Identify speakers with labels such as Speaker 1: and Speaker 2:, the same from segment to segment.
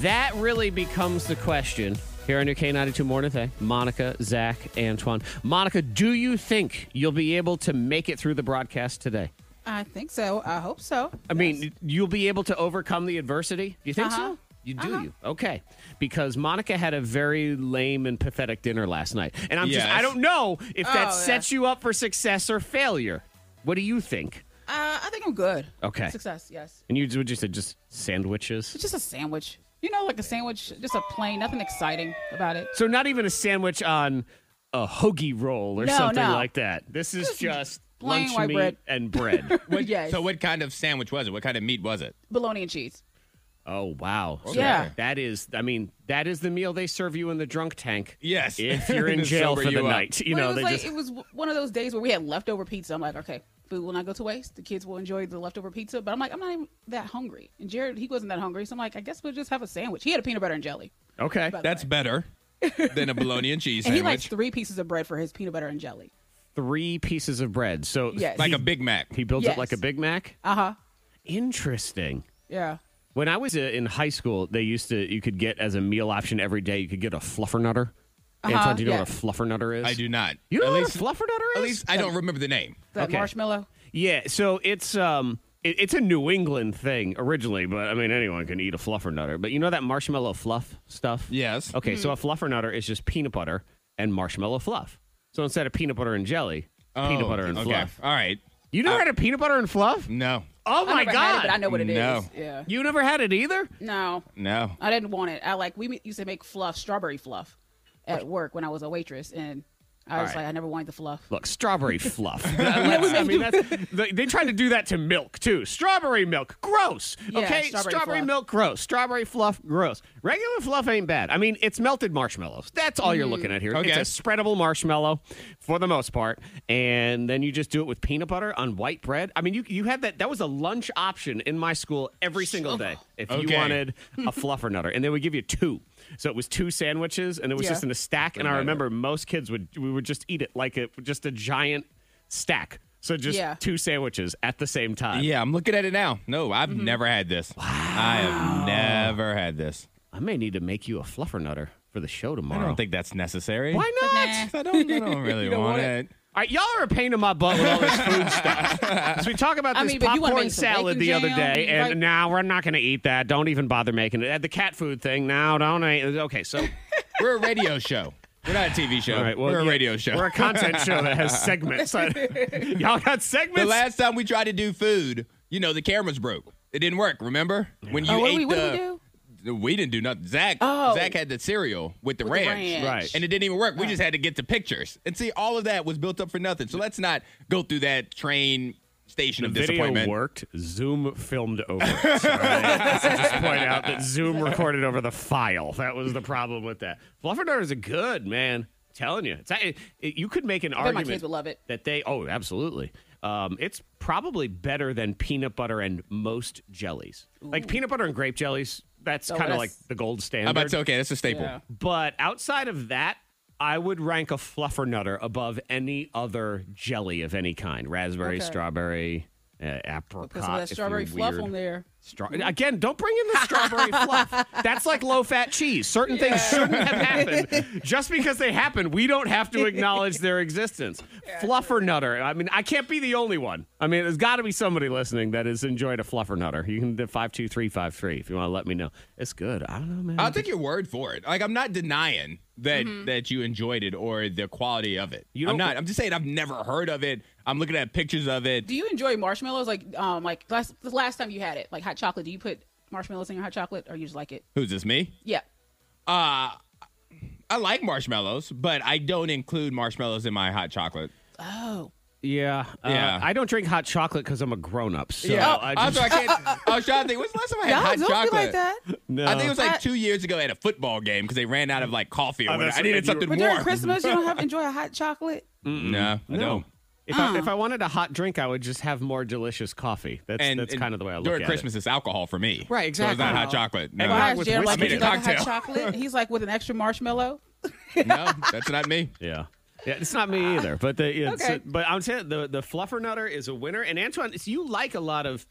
Speaker 1: That really becomes the question here on your K92 Morning Thing. Monica, Zach, Antoine. Monica, do you think you'll be able to make it through the broadcast today?
Speaker 2: I think so. I hope so.
Speaker 1: I mean, you'll be able to overcome the adversity. Do you think
Speaker 2: Uh-huh.
Speaker 1: so? You do you okay? Because Monica had a very lame and pathetic dinner last night, and I'm
Speaker 3: Yes.
Speaker 1: just—I don't know if that
Speaker 2: Oh,
Speaker 1: sets you up for success or failure. What do you think?
Speaker 2: Uh, I think I'm good.
Speaker 1: Okay.
Speaker 2: Success, yes.
Speaker 1: And you would you say just sandwiches?
Speaker 2: It's just a sandwich. You know, like a sandwich, just a plain, nothing exciting about it.
Speaker 1: So not even a sandwich on a hoagie roll or
Speaker 2: No,
Speaker 1: something
Speaker 2: no.
Speaker 1: like that. This is just
Speaker 2: plain
Speaker 1: lunch
Speaker 2: white
Speaker 1: meat
Speaker 2: bread.
Speaker 1: and bread.
Speaker 3: What,
Speaker 2: Yes.
Speaker 3: So, what kind of sandwich was it? What kind of meat was it?
Speaker 2: Bologna and cheese.
Speaker 1: oh wow! So
Speaker 2: Yeah.
Speaker 1: that is—I mean—that is the meal they serve you in the drunk tank.
Speaker 3: Yes.
Speaker 1: if you're in
Speaker 3: To
Speaker 1: jail
Speaker 3: sober
Speaker 1: for the
Speaker 3: you up.
Speaker 1: night, you
Speaker 2: But
Speaker 1: know
Speaker 2: it was
Speaker 1: they
Speaker 2: like
Speaker 1: just.
Speaker 2: it was w- one of those days where we had leftover pizza. I'm like, okay, food will not go to waste. The kids will enjoy the leftover pizza. But I'm like, I'm not even that hungry. And Jared, he wasn't that hungry, so I'm like, I guess we'll just have a sandwich. He had a peanut butter and jelly.
Speaker 1: Okay.
Speaker 3: That's better than a bologna and cheese
Speaker 2: And he likes
Speaker 3: sandwich.
Speaker 2: three pieces of bread for his peanut butter and jelly.
Speaker 1: Three pieces of bread. So
Speaker 2: Yes.
Speaker 1: he,
Speaker 3: like a Big Mac.
Speaker 1: he builds it
Speaker 2: Yes.
Speaker 1: like a Big Mac.
Speaker 2: Uh huh.
Speaker 1: Interesting.
Speaker 2: Yeah.
Speaker 1: When I was uh, in high school, they used to you could get as a meal option every day. You could get a fluffernutter. Antoine, do you know
Speaker 2: Uh-huh. yeah.
Speaker 1: what a fluffernutter is?
Speaker 3: I do not.
Speaker 1: You
Speaker 3: at
Speaker 1: know
Speaker 3: least,
Speaker 1: what a fluffernutter is?
Speaker 3: at least I don't remember the name.
Speaker 2: The
Speaker 1: Okay.
Speaker 2: marshmallow.
Speaker 1: Yeah, so it's um it, it's a New England thing originally, but I mean anyone can eat a fluffernutter. But you know that marshmallow fluff stuff?
Speaker 3: Yes.
Speaker 1: Okay, so a
Speaker 2: Mm-hmm.
Speaker 1: fluffernutter is just peanut butter and marshmallow fluff. So instead of peanut butter and jelly, peanut
Speaker 3: Oh,
Speaker 1: butter and
Speaker 3: okay.
Speaker 1: fluff.
Speaker 3: All right.
Speaker 1: You never had a peanut butter and fluff?
Speaker 3: No.
Speaker 1: Oh
Speaker 2: I
Speaker 1: my
Speaker 2: never
Speaker 1: god.
Speaker 2: Had it, but I know what it is.
Speaker 3: No.
Speaker 2: Yeah.
Speaker 1: You never had it either?
Speaker 2: No.
Speaker 3: No.
Speaker 2: I didn't want it. I like we ma- used to make fluff, strawberry fluff, at work when I was a waitress, and I was
Speaker 1: right.
Speaker 2: like, I never wanted the fluff.
Speaker 1: Look, strawberry fluff. Let's- I mean, that's, they, they tried to do that to milk too. Strawberry milk, gross.
Speaker 2: Yeah,
Speaker 1: okay, strawberry,
Speaker 2: strawberry fluff.
Speaker 1: milk, gross. Strawberry fluff, gross. Regular fluff ain't bad. I mean, it's melted marshmallows. That's all you're looking at here.
Speaker 3: Okay.
Speaker 1: It's a spreadable marshmallow for the most part, and then you just do it with peanut butter on white bread. I mean, you you had that. That was a lunch option in my school every single day. If you
Speaker 3: Okay.
Speaker 1: wanted a fluffernutter, and they would give you two. So it was two sandwiches, and it was
Speaker 2: Yeah.
Speaker 1: just in a stack. And I remember most kids would we would just eat it like it just a giant stack. So just
Speaker 2: Yeah.
Speaker 1: two sandwiches at the same time.
Speaker 3: Yeah, I'm looking at it now. No, I've never had this. I have never had this.
Speaker 1: I may need to make you a fluffernutter for the show tomorrow.
Speaker 3: I don't think that's necessary.
Speaker 1: Why not?
Speaker 3: I don't, I don't really
Speaker 2: don't
Speaker 3: want,
Speaker 2: want
Speaker 3: it.
Speaker 1: All right, y'all are a pain in my butt with all this food stuff. As we talk about
Speaker 2: I
Speaker 1: this
Speaker 2: mean, but you wanna
Speaker 1: popcorn
Speaker 2: make some bacon
Speaker 1: salad the other
Speaker 2: jam,
Speaker 1: day, and
Speaker 2: right?
Speaker 1: now we're not going to eat that. Don't even bother making it. The cat food thing, now don't. I, okay, so
Speaker 3: We're a radio show. We're not a TV show.
Speaker 1: all right, well,
Speaker 3: we're a
Speaker 1: yeah,
Speaker 3: radio show.
Speaker 1: We're a content show that has segments. y'all got segments.
Speaker 3: The last time we tried to do food, you know, the cameras broke. It didn't work. Remember when you
Speaker 2: Oh, what
Speaker 3: ate
Speaker 2: did we- what did we
Speaker 3: the? We, didn't do nothing. Zach,
Speaker 2: Oh.
Speaker 3: Zach had the cereal with the
Speaker 2: With the ranch.
Speaker 3: ranch,
Speaker 1: Right.
Speaker 3: and it didn't even work. We just had to get the pictures, and see, all of that was built up for nothing. So let's not go through that train station
Speaker 1: The
Speaker 3: of
Speaker 1: video
Speaker 3: disappointment.
Speaker 1: worked. Zoom filmed over it. So I just point out that Zoom recorded over the file. That was the problem with that. Fluffernutters are good, man. telling you, it's, it, it- you could make an
Speaker 2: my
Speaker 1: argument
Speaker 2: kids would love it.
Speaker 1: that they. Oh, absolutely. Um, it's probably better than peanut butter and most jellies. Like peanut butter and grape jellies. That's
Speaker 2: Oh,
Speaker 1: kind of
Speaker 2: that's-
Speaker 1: like the gold
Speaker 3: I'm
Speaker 1: standard.
Speaker 3: about to say, okay, that's a staple.
Speaker 2: Yeah.
Speaker 1: But outside of that, I would rank a fluffernutter above any other jelly of any kind: raspberry,
Speaker 2: Okay.
Speaker 1: strawberry, uh, apricot.
Speaker 2: Put some of that
Speaker 1: if
Speaker 2: strawberry
Speaker 1: you're
Speaker 2: fluff
Speaker 1: weird.
Speaker 2: on there.
Speaker 1: Stra- Again, don't bring in the strawberry fluff. That's like low fat cheese. Certain things shouldn't have happened. Just because they happened, we don't have to acknowledge their existence. fluffer nutter. I mean, I can't be the only one. I mean, there's got to be somebody listening that has enjoyed a fluffer nutter. You can do 52353 if you want to let me know. It's good. I don't know, man.
Speaker 3: I'll take your word for it. Like I'm not denying that
Speaker 2: Mm-hmm.
Speaker 3: that you enjoyed it or the quality of it.
Speaker 1: You
Speaker 3: I'm
Speaker 1: don't-
Speaker 3: not. I'm just saying I've never heard of it. I'm looking at pictures of it.
Speaker 2: Do you enjoy marshmallows? Like, um, like last the last time you had it, like hot chocolate. Do you put marshmallows in your hot chocolate, or you just like it?
Speaker 3: Who's this? Me?
Speaker 2: Yeah.
Speaker 3: I like marshmallows, but I don't include marshmallows in my hot chocolate.
Speaker 2: Oh,
Speaker 1: yeah. Uh,
Speaker 3: Yeah. Oh,
Speaker 1: I don't drink hot chocolate because I'm a grown up. So I
Speaker 3: I, also,
Speaker 1: just,
Speaker 3: I can't. I was trying to think. When's the last time I
Speaker 2: Y'all
Speaker 3: had hot
Speaker 2: don't be
Speaker 3: chocolate?
Speaker 2: like that.
Speaker 1: no.
Speaker 3: I think it was like
Speaker 2: I-
Speaker 3: two years ago at a football game because they ran out of like coffee or whatever.
Speaker 1: that's
Speaker 3: I needed
Speaker 1: right. You-
Speaker 3: something
Speaker 2: But during
Speaker 3: warm.
Speaker 2: Christmas, you don't have enjoy a hot chocolate.
Speaker 3: No, I
Speaker 1: no.
Speaker 3: don't.
Speaker 1: If, I, if I wanted a hot drink, I would just have more delicious coffee. That's that's kind of the way I look
Speaker 3: during
Speaker 1: at
Speaker 3: Christmas,
Speaker 1: it.
Speaker 3: it's alcohol for me.
Speaker 1: Right,
Speaker 3: So it's
Speaker 1: exactly.
Speaker 3: not hot chocolate. No,
Speaker 1: Eggnog
Speaker 2: Why
Speaker 1: with
Speaker 2: is Jared like,
Speaker 1: whiskey.
Speaker 2: would you
Speaker 3: I made a
Speaker 2: like a hot
Speaker 3: cocktail.
Speaker 2: chocolate? He's like with an extra marshmallow.
Speaker 3: no, that's not me.
Speaker 1: Yeah. Yeah, it's not me either, but the it's,
Speaker 2: Okay.
Speaker 1: but I'm saying the the fluffer nutter is a winner, and Antoine, it's- you like a lot of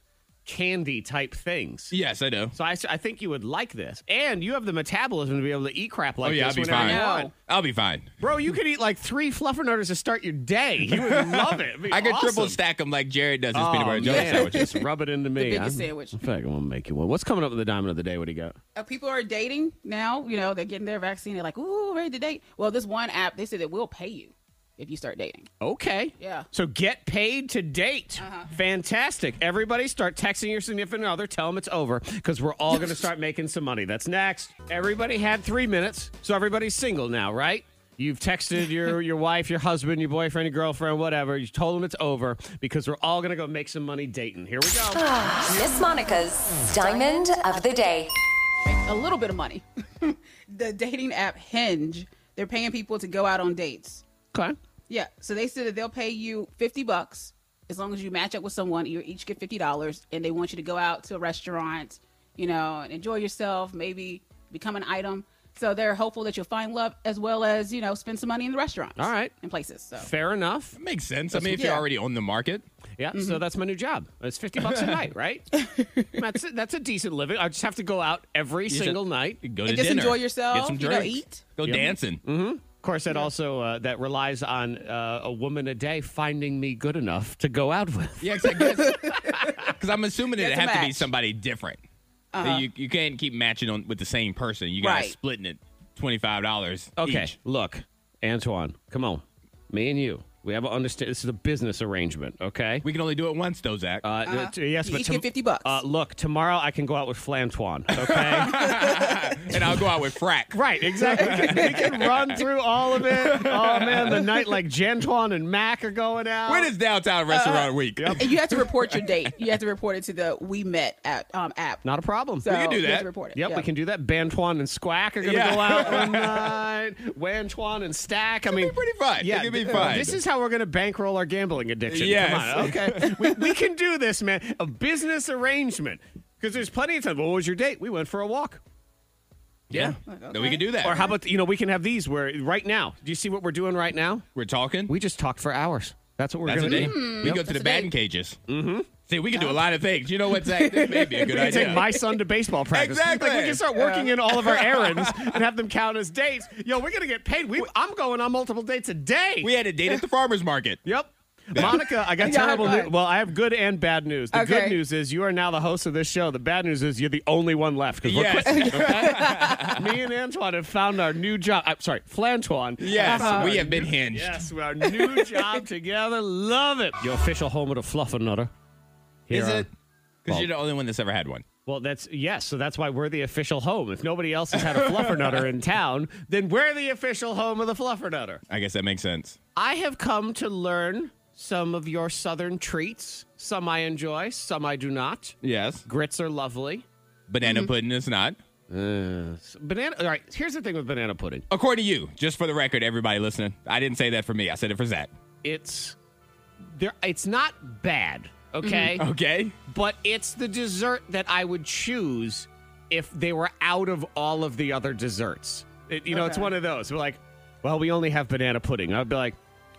Speaker 1: candy type things,
Speaker 3: Yes, I do.
Speaker 1: so I, s- I think you would like this, and you have the metabolism to be able to eat crap like
Speaker 3: Oh, yeah,
Speaker 1: this
Speaker 3: I'll be
Speaker 1: whenever
Speaker 3: fine.
Speaker 1: you
Speaker 2: No.
Speaker 1: want.
Speaker 3: I'll be fine.
Speaker 1: Bro, you could eat like three fluffer nutters to start your day. You would love it. It'd be
Speaker 3: I could triple
Speaker 1: awesome.
Speaker 3: stack them like Jared does his
Speaker 1: Oh,
Speaker 3: peanut butter jelly
Speaker 1: man,
Speaker 3: sandwiches.
Speaker 1: Just rub it into me.
Speaker 2: biggest
Speaker 1: I'm-
Speaker 2: sandwich.
Speaker 1: In fact, I'm gonna make you one. What's coming up with the diamond of the day? What do you got?
Speaker 2: Uh, people are dating now. You know, they're getting their vaccine. They're like, ooh, ready to date. Well, this one app, they said it will pay you if you start dating.
Speaker 1: Okay.
Speaker 2: Yeah. Uh-huh.
Speaker 1: So get paid to date. Fantastic. Everybody start texting your significant other. Tell them it's over because we're all going to start making some money. That's next. Everybody had three minutes. So everybody's single now, right? You've texted your, your wife, your husband, your boyfriend, your girlfriend, whatever. You told them it's over because we're all going to go make some money dating. Here we go.
Speaker 4: Miss Monica's Diamond of the Day.
Speaker 2: A little bit of money. the dating app Hinge, they're paying people to go out on dates.
Speaker 1: okay.
Speaker 2: Yeah. So they said that they'll pay you 50 bucks as long as you match up with someone. You each get $50 and they want you to go out to a restaurant, you know, and enjoy yourself, maybe become an item. So they're hopeful that you'll find love as well as, you know, spend some money in the restaurants.
Speaker 1: All right.
Speaker 2: And places. So
Speaker 1: Fair enough.
Speaker 3: Makes sense. I mean, if you're
Speaker 2: Yeah.
Speaker 3: already on the market,
Speaker 1: Yeah, so that's my new job. It's fifty bucks a night, right? that's that's a decent living. I just have to go out every single night.
Speaker 3: go to
Speaker 2: and just
Speaker 3: dinner,
Speaker 2: enjoy
Speaker 3: Get
Speaker 2: yourself,
Speaker 3: some
Speaker 2: you know,
Speaker 3: drinks,
Speaker 2: eat.
Speaker 3: go dancing.
Speaker 1: Of course, that also uh, that relies on uh, a woman a day finding me good enough to go out with.
Speaker 3: Yeah, because I'm assuming it
Speaker 2: That's a
Speaker 3: have to be
Speaker 2: match.
Speaker 3: somebody different. You you can't keep matching on with the same person. You guys
Speaker 2: Right.
Speaker 3: splitting it twenty five dollars.
Speaker 1: Okay, look, Antoine, come on, me and you, we have a understand. This is a business arrangement, okay?
Speaker 3: we can only do it once, though, Zach.
Speaker 1: Uh, t- yes,
Speaker 2: You
Speaker 1: but
Speaker 2: each get 50 bucks.
Speaker 1: Uh, look, tomorrow I can go out with Flantoine, okay?
Speaker 3: and I'll go out with frack.
Speaker 1: right, exactly. We can, we can run through all of it. Oh man, the night like Jantuan and Mac are going out.
Speaker 3: When is downtown restaurant week?
Speaker 2: And you have to report your date. You have to report it to the We Met at, um, app.
Speaker 1: Not a problem.
Speaker 2: so
Speaker 3: can do
Speaker 2: You have
Speaker 3: that.
Speaker 2: to report it.
Speaker 1: Yep,
Speaker 2: yeah.
Speaker 1: we can do that. Bantuan and Squack are going to
Speaker 3: Yeah.
Speaker 1: go out one night. Wantuan and Stack. I mean,
Speaker 3: be pretty fun. It
Speaker 1: Yeah,
Speaker 3: could be
Speaker 1: th-
Speaker 3: fun.
Speaker 1: This is how we're going to bankroll our gambling addiction.
Speaker 3: Yes.
Speaker 1: Come on, okay. we, we can do this, man. A business arrangement. Because there's plenty of time. What was your date? We went for a walk.
Speaker 3: Yeah, then we can do that.
Speaker 1: Or how about, you know, we can have these where right now. Do you see what we're doing right now?
Speaker 3: we're talking?
Speaker 1: We just talked for hours. That's what we're
Speaker 3: That's a
Speaker 1: going to
Speaker 3: date.
Speaker 1: do.
Speaker 3: We go to the
Speaker 2: a
Speaker 3: batting cages. Mm-hmm. See, we can do a lot of things. You know what, Zach? This may be a good
Speaker 1: We can
Speaker 3: idea.
Speaker 1: take my son to baseball practice.
Speaker 3: Exactly.
Speaker 1: Like, we can start working in all of our errands and have them count as dates. Yo, we're gonna get paid. We, I'm going on multiple dates a day.
Speaker 3: we had a date at the farmer's market.
Speaker 1: yep. Monica, I got
Speaker 2: Yeah,
Speaker 1: terrible
Speaker 2: hi.
Speaker 1: news. Well, I have good and bad news. The good
Speaker 2: Okay.
Speaker 1: news is you are now the host of this show. The bad news is you're the only one left because
Speaker 3: Yes.
Speaker 1: me and Antoine have found our new job. I'm sorry, Flantoine.
Speaker 3: Yes,
Speaker 1: Our
Speaker 3: we have been hinged.
Speaker 1: Yes, our new job together. Love it. Your official home of the Fluffernutter. Here
Speaker 3: Is
Speaker 1: are-
Speaker 3: it? Because you're the only one that's ever had one.
Speaker 1: Well, that's yes. So that's why we're the official home. If nobody else has had a fluffernutter in town, then we're the official home of the fluffernutter.
Speaker 3: I guess that makes sense.
Speaker 1: I have come to learn some of your southern treats. Some I enjoy, some I do not.
Speaker 3: Yes.
Speaker 1: Grits are lovely.
Speaker 3: Banana
Speaker 2: Mm-hmm.
Speaker 3: pudding is not.
Speaker 1: Banana. All right. Here's the thing with banana pudding.
Speaker 3: According to you, just for the record, everybody listening, I didn't say that for me. I said it for Zach.
Speaker 1: It's there. It's not bad. Okay.
Speaker 3: Okay.
Speaker 1: But it's the dessert that I would choose if they were out of all of the other desserts. It- you know, it's one of those. We're like, well, we only have banana pudding. I'd be like,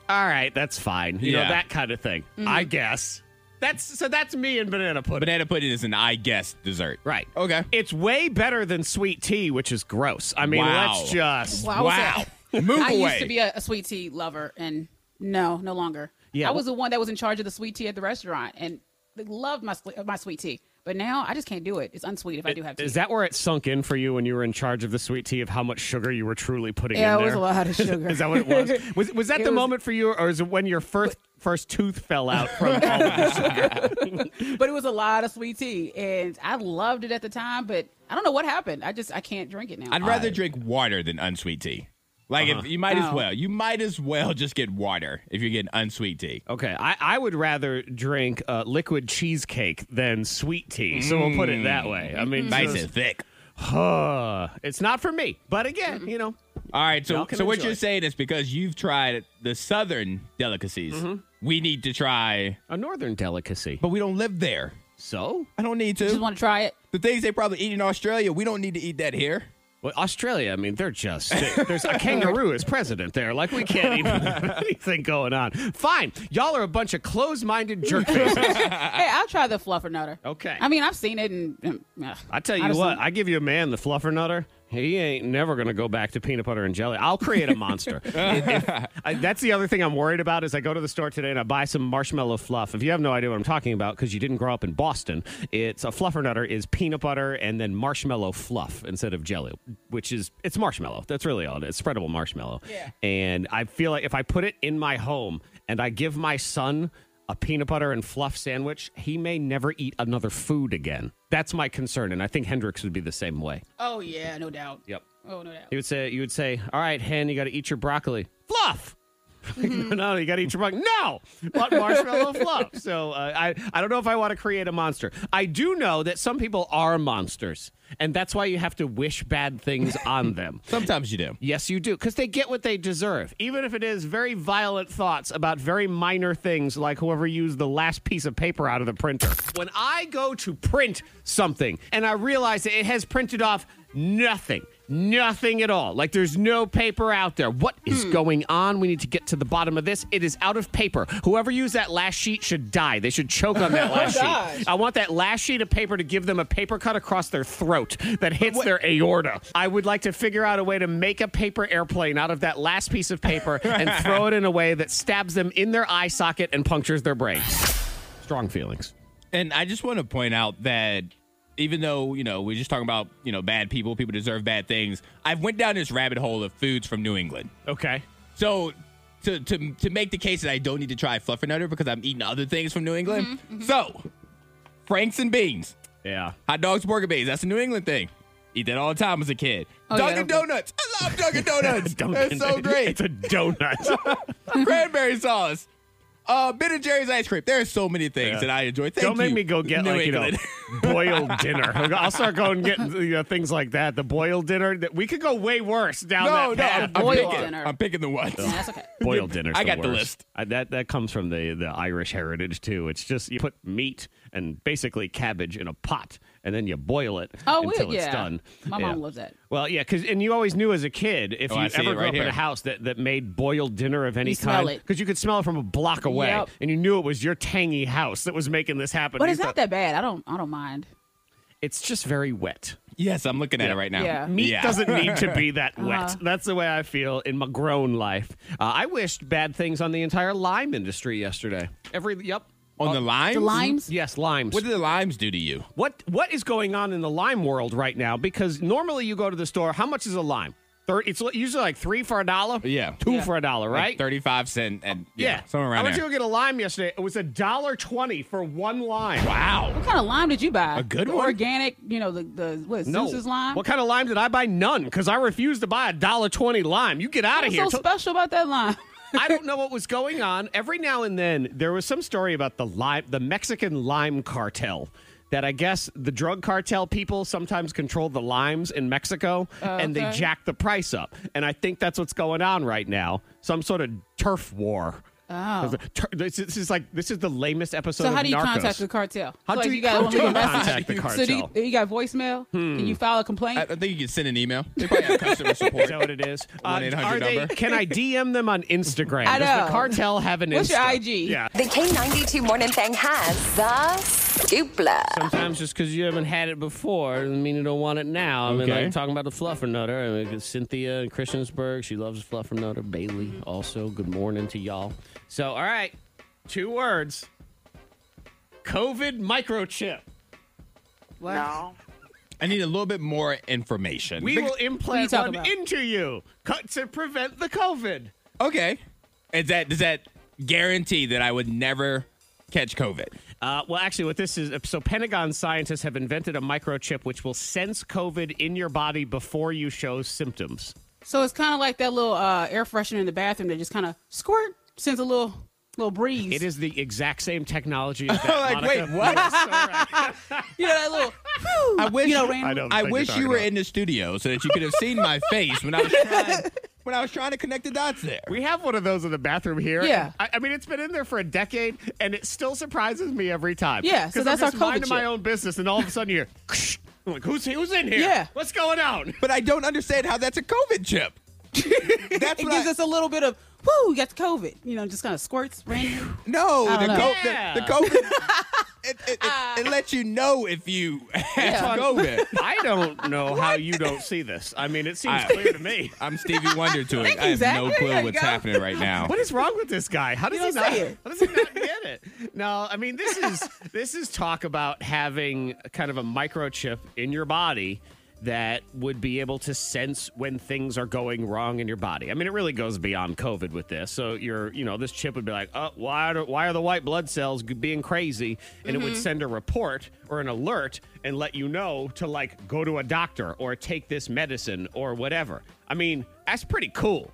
Speaker 1: all right, that's fine. You know,
Speaker 3: Yeah.
Speaker 2: Mm-hmm.
Speaker 1: that kind of thing. I guess. That's so that's me and banana pudding.
Speaker 3: Banana pudding is an I guess dessert.
Speaker 1: Right.
Speaker 3: Okay.
Speaker 1: It's way better than sweet tea, which is gross. I mean,
Speaker 3: Wow.
Speaker 1: let's just
Speaker 2: Well, I was a-
Speaker 3: Move
Speaker 2: I
Speaker 3: away.
Speaker 2: used to be a, a sweet tea lover, and no, no longer.
Speaker 1: Yeah,
Speaker 2: I was
Speaker 1: well-
Speaker 2: the one that was in charge of the sweet tea at the restaurant, and they loved my sli- my sweet tea. But now I just can't do it. It's unsweet if I do have tea.
Speaker 1: Is that where it sunk in for you when you were in charge of the sweet tea of how much sugar you were truly putting
Speaker 2: yeah,
Speaker 1: in
Speaker 2: it was
Speaker 1: there?
Speaker 2: a lot of sugar.
Speaker 1: Is that what it was? Was was that
Speaker 2: It
Speaker 1: the
Speaker 2: was-
Speaker 1: moment for you, or is it when your first first tooth fell out from all of the sugar?
Speaker 2: but it was a lot of sweet tea, and I loved it at the time. But I don't know what happened. I just I can't drink it now.
Speaker 3: I'd rather drink water than unsweet tea. Like if you might as
Speaker 2: Oh.
Speaker 3: well. You might as well just get water if you're getting unsweet tea.
Speaker 1: Okay, I, I would rather drink uh, liquid cheesecake than sweet tea. So we'll put it that way. I
Speaker 2: Mm-hmm.
Speaker 1: mean,
Speaker 3: Nice
Speaker 1: just-
Speaker 3: and thick.
Speaker 1: Huh. it's not for me. But again, you know,
Speaker 3: All right,
Speaker 1: Y'all
Speaker 3: so
Speaker 1: can
Speaker 3: so what
Speaker 1: enjoy.
Speaker 3: you're saying is because you've tried the southern delicacies,
Speaker 2: Mm-hmm.
Speaker 3: we need to try,
Speaker 1: a northern delicacy.
Speaker 3: but we don't live there.
Speaker 1: So
Speaker 3: I don't need
Speaker 2: just
Speaker 3: to.
Speaker 2: want to try it.
Speaker 3: the things they probably eat in Australia, we don't need to eat that here.
Speaker 1: Well, Australia, I mean, they're just there's a kangaroo as president there. Like we can't even have anything going on. Fine, y'all are a bunch of closed-minded jerkfaces.
Speaker 2: Hey, I'll try the fluffernutter.
Speaker 1: Okay.
Speaker 2: I mean, I've seen it, and mm, ugh.
Speaker 1: I tell
Speaker 2: I
Speaker 1: you
Speaker 2: just
Speaker 1: what,
Speaker 2: don't-
Speaker 1: I give you a man the fluffer nutter. He ain't never gonna go back to peanut butter and jelly. I'll create a monster. If- if- I- that's the other thing I'm worried about is I go to the store today and I buy some marshmallow fluff. If you have no idea what I'm talking about because you didn't grow up in Boston, it's a fluffer nutter is peanut butter and then marshmallow fluff instead of jelly, which is it's marshmallow. That's really all it is. Spreadable marshmallow. Yeah. And I feel like if I put it in my home and I give my son a peanut butter and fluff sandwich, he may never eat another food again. That's my concern, and I think Hendrix would be the same way.
Speaker 2: Oh yeah, no doubt.
Speaker 1: Yep.
Speaker 2: Oh no doubt.
Speaker 1: He would say, "You would say, all right, Hen, you got to eat your broccoli fluff." no, you got to eat your broccoli. No, but marshmallow fluff. So uh, I, I don't know if I want to create a monster. I do know that some people are monsters, and that's why you have to wish bad things on them.
Speaker 3: Sometimes you do.
Speaker 1: Yes, you do, because they get what they deserve, even if it is very violent thoughts about very minor things, like whoever used the last piece of paper out of the printer. When I go to print something and I realize that it has printed off nothing, nothing at all, like there's no paper out there, what is going on? We need to get to the bottom of this. It is out of paper. Whoever used that last sheet should die. They should choke on that last sheet. I want that last sheet of paper to give them a paper cut across their throat that hits their aorta. I would like to figure out a way to make a paper airplane out of that last piece of paper and throw it in a way that stabs them in their eye socket and punctures their brain. Strong feelings.
Speaker 3: And I just want to point out that even though you know we're just talking about you know bad people, people deserve bad things. I've went down this rabbit hole of foods from New England.
Speaker 1: Okay.
Speaker 3: So to to to make the case that I don't need to try fluffernutter because I'm eating other things from New England.
Speaker 2: Mm-hmm,
Speaker 3: So Franks and beans,
Speaker 1: Yeah.
Speaker 3: hot dogs, burger beans. That's a New England thing. Eat that all the time as a kid.
Speaker 2: Oh, yeah,
Speaker 3: Dunkin'
Speaker 2: Dunkin'.
Speaker 3: Donuts. I love Dunkin' Donuts. it's so great.
Speaker 1: It's a donut.
Speaker 3: Cranberry sauce. Uh, Ben and Jerry's ice cream. There are so many things that I enjoy. Thank
Speaker 1: Don't make
Speaker 3: you,
Speaker 1: me go get
Speaker 3: New
Speaker 1: like
Speaker 3: England.
Speaker 1: you know boiled dinner. I'll start going getting you know, things like that. The boiled dinner that we could go way worse down
Speaker 3: No, no,
Speaker 1: that path.
Speaker 3: I'm,
Speaker 2: Boiled
Speaker 3: picking,
Speaker 2: dinner.
Speaker 3: I'm picking the ones.
Speaker 2: Yeah, that's okay.
Speaker 1: boiled dinner.
Speaker 3: I got the list.
Speaker 1: that that comes from the the Irish heritage too. It's just you put meat and basically cabbage in a pot, and then you boil it
Speaker 2: Oh, we-
Speaker 1: until it's
Speaker 2: yeah.
Speaker 1: done.
Speaker 2: My
Speaker 1: Yeah.
Speaker 2: mom loves that.
Speaker 1: Well, yeah, because and you always knew as a kid if
Speaker 3: Oh,
Speaker 1: you
Speaker 3: I
Speaker 1: ever
Speaker 3: see it
Speaker 1: grew
Speaker 3: right
Speaker 1: up in
Speaker 3: here.
Speaker 1: a house that, that made boiled dinner of any
Speaker 2: You
Speaker 1: kind,
Speaker 2: smell it.
Speaker 1: because you could smell it from a block away,
Speaker 2: Yep.
Speaker 1: and you knew it was your tangy house that was making this happen.
Speaker 2: But
Speaker 1: You
Speaker 2: it's
Speaker 1: thought-
Speaker 2: not that bad. I don't. I don't mind.
Speaker 1: It's just very wet.
Speaker 3: Yes, I'm looking at it right now.
Speaker 2: Yeah.
Speaker 1: Meat
Speaker 3: Yeah.
Speaker 1: doesn't need to be that
Speaker 2: Uh-huh.
Speaker 1: wet. That's the way I feel in my grown life. Uh, I wished bad things on the entire lime industry yesterday. Every yep. Uh,
Speaker 3: On the limes?
Speaker 2: The limes.
Speaker 1: Yes, limes.
Speaker 3: What do the limes do to you?
Speaker 1: What what is going on in the lime world right now? Because normally you go to the store. How much is a lime? Thir It's usually like three for a dollar.
Speaker 3: Yeah.
Speaker 1: two
Speaker 3: Yeah.
Speaker 1: for a dollar,
Speaker 3: Like
Speaker 1: right?
Speaker 3: 35 cent and yeah, somewhere
Speaker 1: I
Speaker 3: around
Speaker 1: went
Speaker 3: there.
Speaker 1: to go get a lime yesterday. It was a dollar twenty for one lime.
Speaker 3: Wow.
Speaker 2: What kind of lime did you buy?
Speaker 3: A good
Speaker 2: The
Speaker 3: one?
Speaker 2: Organic. You know the the what? is Seuss's lime.
Speaker 1: What kind of lime did I buy? None, because I refuse to buy a dollar twenty lime. You get out of
Speaker 2: What's
Speaker 1: here.
Speaker 2: so
Speaker 1: Tell-
Speaker 2: special about that lime?
Speaker 1: I don't know what was going on. Every now and then, there was some story about the lime, the Mexican lime cartel. That I guess the drug cartel people sometimes control the limes in Mexico,
Speaker 2: Oh,
Speaker 1: and they jack the price up. And I think that's what's going on right now. Some sort of turf war
Speaker 2: Oh.
Speaker 1: Tur- This, is- this is like this is the lamest episode.
Speaker 2: So how
Speaker 1: of
Speaker 2: do you
Speaker 1: Narcos.
Speaker 2: contact the cartel?
Speaker 1: How
Speaker 2: So,
Speaker 1: do
Speaker 2: like,
Speaker 1: you-
Speaker 2: got
Speaker 1: how
Speaker 2: one
Speaker 1: do you
Speaker 2: legal message?
Speaker 1: contact the
Speaker 2: So do you,
Speaker 1: cartel? Hmm.
Speaker 2: you got voicemail? Can you file a complaint?
Speaker 3: I, I think you can send an email. They probably have customer support.
Speaker 1: Is that what it is? Uh,
Speaker 3: 1-800
Speaker 1: are they-
Speaker 3: number.
Speaker 1: Can I DM them on Instagram?
Speaker 2: I
Speaker 1: Does the
Speaker 2: know.
Speaker 1: cartel have an
Speaker 2: What's your
Speaker 1: Insta?
Speaker 2: IG?
Speaker 1: Yeah.
Speaker 4: The K92 Morning Thing has the scoopla.
Speaker 1: Sometimes just because you haven't had it before doesn't mean you don't want it now. I mean,
Speaker 3: Okay.
Speaker 1: like talking about the fluffernutter. I mean, Cynthia in Christiansburg, she loves fluffernutter. Bailey also. Good morning to y'all. So, all right, two words: COVID microchip.
Speaker 2: What?
Speaker 5: No.
Speaker 3: I need a little bit more information.
Speaker 1: We
Speaker 3: Big-
Speaker 1: will implant
Speaker 2: talking
Speaker 1: one
Speaker 2: about?
Speaker 1: into you cut to prevent the COVID.
Speaker 3: Okay. Is that does that guarantee that I would never catch COVID?
Speaker 1: Uh, well, actually, what this is so Pentagon scientists have invented a microchip which will sense COVID in your body before you show symptoms.
Speaker 2: So it's kind of like that little uh, air freshener in the bathroom that just kind of squirt sends a little little breeze.
Speaker 1: It is the exact same technology as that.
Speaker 3: like,
Speaker 1: Monica.
Speaker 3: wait, what?
Speaker 2: You know that little. whew,
Speaker 3: I wish
Speaker 2: you know, random.
Speaker 1: I know.
Speaker 3: I
Speaker 1: Thank
Speaker 3: wish
Speaker 1: you,
Speaker 3: you were
Speaker 1: Dr.
Speaker 3: in the studio so that you could have seen my face when I was trying when I was trying to connect the dots there.
Speaker 1: We have one of those in the bathroom here.
Speaker 2: Yeah.
Speaker 1: I, I mean, it's been in there for a decade, and it still surprises me every time.
Speaker 2: Yeah, so
Speaker 1: 'Cause
Speaker 2: that's
Speaker 1: I'm
Speaker 2: our
Speaker 1: just
Speaker 2: COVID
Speaker 1: minding my
Speaker 2: chip.
Speaker 1: own business, and all of a sudden you're I'm like, who's who's in here?
Speaker 2: Yeah.
Speaker 1: what's going on?
Speaker 3: but I don't understand how that's a COVID chip. That's
Speaker 2: It
Speaker 3: what
Speaker 2: gives
Speaker 3: I,
Speaker 2: us a little bit of. Woo, you got the COVID. You know, just kind of squirts randomly.
Speaker 3: Oh, no
Speaker 2: I
Speaker 3: the,
Speaker 2: don't know.
Speaker 3: co- the-
Speaker 1: Yeah. Uh.
Speaker 3: the COVID. It, it, it, it lets you know if you have
Speaker 2: Yeah.
Speaker 3: COVID.
Speaker 1: I don't know how you don't see this. I mean, it seems
Speaker 3: I-
Speaker 1: clear to me.
Speaker 3: I'm Stevie Wonder to it.
Speaker 2: Thank
Speaker 3: I
Speaker 2: you,
Speaker 3: have
Speaker 2: Zach.
Speaker 3: no
Speaker 2: There
Speaker 3: clue
Speaker 2: you
Speaker 3: what's
Speaker 2: go.
Speaker 3: happening right now.
Speaker 1: What is wrong with this guy? How does
Speaker 2: You
Speaker 1: he
Speaker 2: don't
Speaker 1: not?
Speaker 2: say it.
Speaker 1: How does he not get it? No, I mean this is this is talk about having kind of a microchip in your body that would be able to sense when things are going wrong in your body. I mean, it really goes beyond COVID with this. So you're, you know, this chip would be like, oh, why are why are the white blood cells g- being crazy? And it would send a report or an alert and let you know to like go to a doctor or take this medicine or whatever. I mean, that's pretty cool.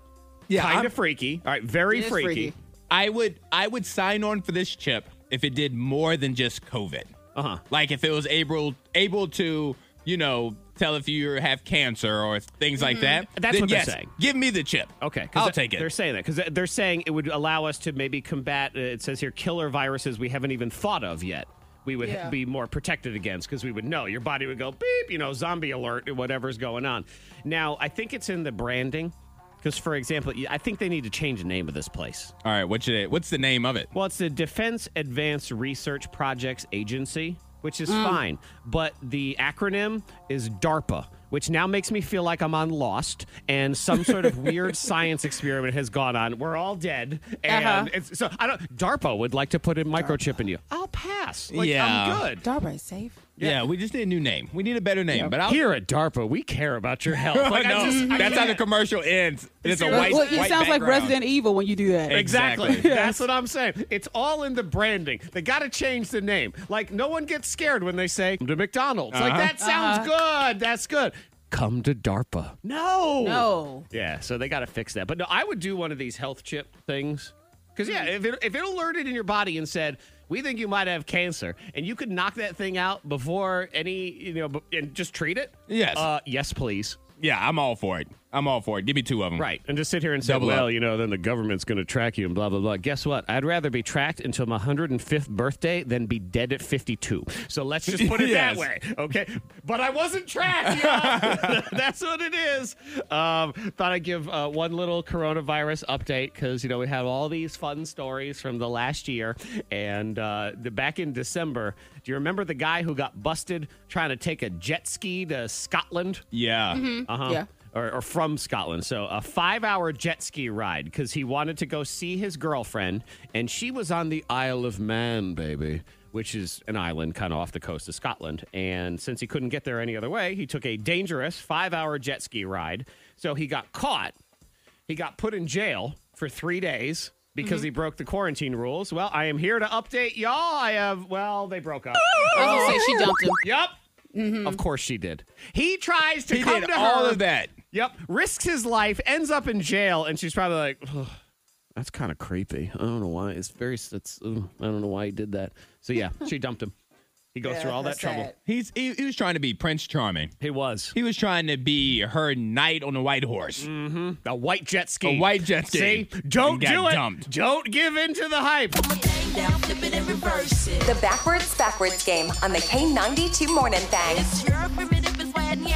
Speaker 3: Yeah,
Speaker 1: kind
Speaker 3: I'm-
Speaker 1: of freaky. All right, very
Speaker 2: It is
Speaker 1: freaky.
Speaker 2: freaky.
Speaker 3: I would I would sign on for this chip if it did more than just COVID.
Speaker 1: Uh-huh.
Speaker 3: Like if it was able able to, you know, tell if you have cancer or things like that.
Speaker 1: Mm-hmm. That's
Speaker 3: then
Speaker 1: what they're
Speaker 3: yes,
Speaker 1: saying.
Speaker 3: Give me the chip.
Speaker 1: Okay, 'cause
Speaker 3: I'll
Speaker 1: they're-
Speaker 3: take it.
Speaker 1: They're saying that because they're saying it would allow us to maybe combat. Uh, it says here killer viruses we haven't even thought of yet. We would
Speaker 2: Yeah.
Speaker 1: be more protected against because we would know your body would go beep, you know, zombie alert, or whatever's going on. Now, I think it's in the branding because, for example, I think they need to change the name of this place.
Speaker 3: All right, what's it what's the name of it?
Speaker 1: Well, it's the Defense Advanced Research Projects Agency, which is fine, but the acronym is DARPA, which now makes me feel like I'm on Lost and some sort of weird science experiment has gone on. We're all dead, and
Speaker 2: Uh-huh.
Speaker 1: it's, so I don't. DARPA would like to put a microchip in you. I'll pass. Like,
Speaker 3: Yeah.
Speaker 1: I'm good.
Speaker 2: Darby is safe.
Speaker 3: Yeah. we just need a new name. We need a better name. But I'll Oh,
Speaker 1: Here at DARPA, we care about your health. Like, I
Speaker 3: no,
Speaker 1: just- I
Speaker 3: that's how the
Speaker 1: can't.
Speaker 3: commercial ends. It's a
Speaker 1: Well,
Speaker 3: white.
Speaker 2: well, it
Speaker 3: white
Speaker 2: sounds like
Speaker 3: background.
Speaker 2: Resident Evil when you do that.
Speaker 1: Exactly.
Speaker 3: Exactly.
Speaker 1: That's what I'm saying. It's all in the branding. They got to change the name. Like, no one gets scared when they say "Come to McDonald's. Like, that sounds good. That's good. Come to DARPA. No.
Speaker 2: No.
Speaker 1: Yeah, so they got to fix that. But no, I would do one of these health chip things. Because, yeah, if it, if it alerted in your body and said, we think you might have cancer, and you could knock that thing out before any, you know, b- and just treat it.
Speaker 3: Yes.
Speaker 1: Uh, yes, please.
Speaker 3: Yeah, I'm all for it. I'm all for it. Give me two of them.
Speaker 1: Right. And just sit here and say,
Speaker 3: Double
Speaker 1: well,
Speaker 3: up.
Speaker 1: you know, then the government's going to track you and blah, blah, blah. Guess what? I'd rather be tracked until my 105th birthday than be dead at 52. So let's just put it
Speaker 3: Yes.
Speaker 1: that way. Okay. But I wasn't tracked. y'all. That's what it is. Um, thought I'd give uh, one little coronavirus update because, you know, we have all these fun stories from the last year. And uh, the, back in December, do you remember the guy who got busted trying to take a jet ski to Scotland?
Speaker 3: Yeah.
Speaker 1: Uh-huh.
Speaker 2: Yeah.
Speaker 1: Or, or from Scotland. So a five hour jet ski ride because he wanted to go see his girlfriend, and she was on the Isle of Man, baby, which is an island kind of off the coast of Scotland. And since he couldn't get there any other way, he took a dangerous five hour jet ski ride. So he got caught. He got put in jail for three days because
Speaker 3: Mm-hmm.
Speaker 1: he broke the quarantine rules. Well, I am here to update y'all. I have, well, they broke up.
Speaker 2: I was gonna say she dumped him.
Speaker 1: Yep. Of course she did. He tries to
Speaker 3: Mm-hmm. He
Speaker 1: come
Speaker 3: did
Speaker 1: to
Speaker 3: all
Speaker 1: her.
Speaker 3: of that.
Speaker 1: Yep. Risks his life, ends up in jail, and she's probably like, "Ugh, "That's kind of creepy. I don't know why. It's very. It's. ugh, I don't know why he did that. So yeah, she dumped him. He goes
Speaker 2: Yeah,
Speaker 1: through all that
Speaker 2: that's
Speaker 1: trouble.
Speaker 2: sad.
Speaker 3: He's he, he was trying to be Prince Charming.
Speaker 1: He was
Speaker 3: He was trying to be her knight on a white horse.
Speaker 1: a white jet ski.
Speaker 3: A white jet ski.
Speaker 1: Mm. See,
Speaker 3: And
Speaker 1: don't
Speaker 3: got
Speaker 1: do it.
Speaker 3: dumped.
Speaker 1: Don't give in to the hype.
Speaker 4: The backwards, backwards game on the K92 Morning Thang.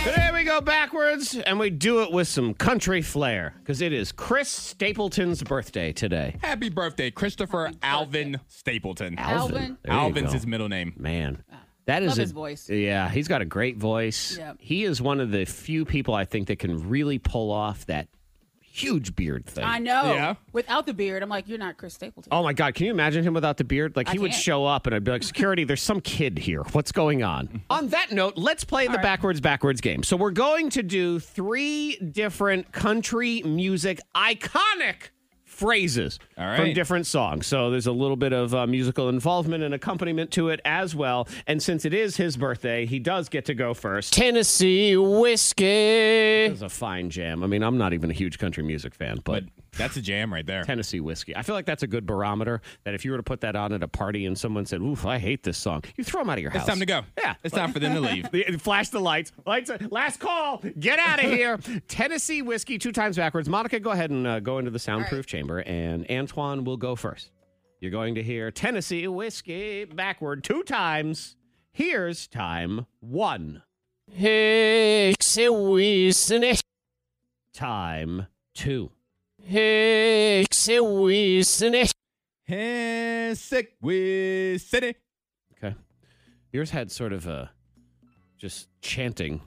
Speaker 1: Today we go backwards and we do it with some country flair because it is Chris Stapleton's birthday today.
Speaker 3: Happy birthday, Christopher Alvin Stapleton.
Speaker 2: Alvin.
Speaker 1: There you
Speaker 3: Alvin's
Speaker 1: go.
Speaker 3: his middle name.
Speaker 1: man. That
Speaker 2: Ah,
Speaker 1: is
Speaker 2: Love
Speaker 1: a-
Speaker 2: his voice.
Speaker 1: Yeah, he's got a great voice.
Speaker 2: Yep.
Speaker 1: He is one of the few people I think that can really pull off that huge beard thing.
Speaker 2: I know.
Speaker 3: Yeah.
Speaker 2: Without the beard, I'm like, you're not Chris Stapleton.
Speaker 1: Oh my God! Can you imagine him without the beard? Like he would
Speaker 2: can't.
Speaker 1: show up, and I'd be like, "Security, there's some kid here. What's going on?" on that note, let's play the backwards backwards game. So we're going to do three different country music iconic phrases
Speaker 3: All right.
Speaker 1: from different songs. So there's a little bit of uh, musical involvement and accompaniment to it as well. And since it is his birthday, he does get to go first. Tennessee whiskey. That's a fine jam. I mean, I'm not even a huge country music fan,
Speaker 3: But that's a jam right there.
Speaker 1: Tennessee whiskey. I feel like that's a good barometer that if you were to put that on at a party and someone said, "Oof, I hate this song," you throw them out of your
Speaker 3: It's
Speaker 1: house.
Speaker 3: time to go.
Speaker 1: Yeah.
Speaker 3: It's time for them to leave.
Speaker 1: The- Flash the lights. Lights. are- Last call. Get out of here. Tennessee whiskey, two times backwards. Monica, go ahead and uh, go into the soundproof chamber, and Antoine will go first. You're going to hear Tennessee whiskey backward two times. Here's time one. Hixie whiskey. Time two. Hixie whiskey.
Speaker 3: Hey, sick with city.
Speaker 1: Okay. Yours had sort of a just chanting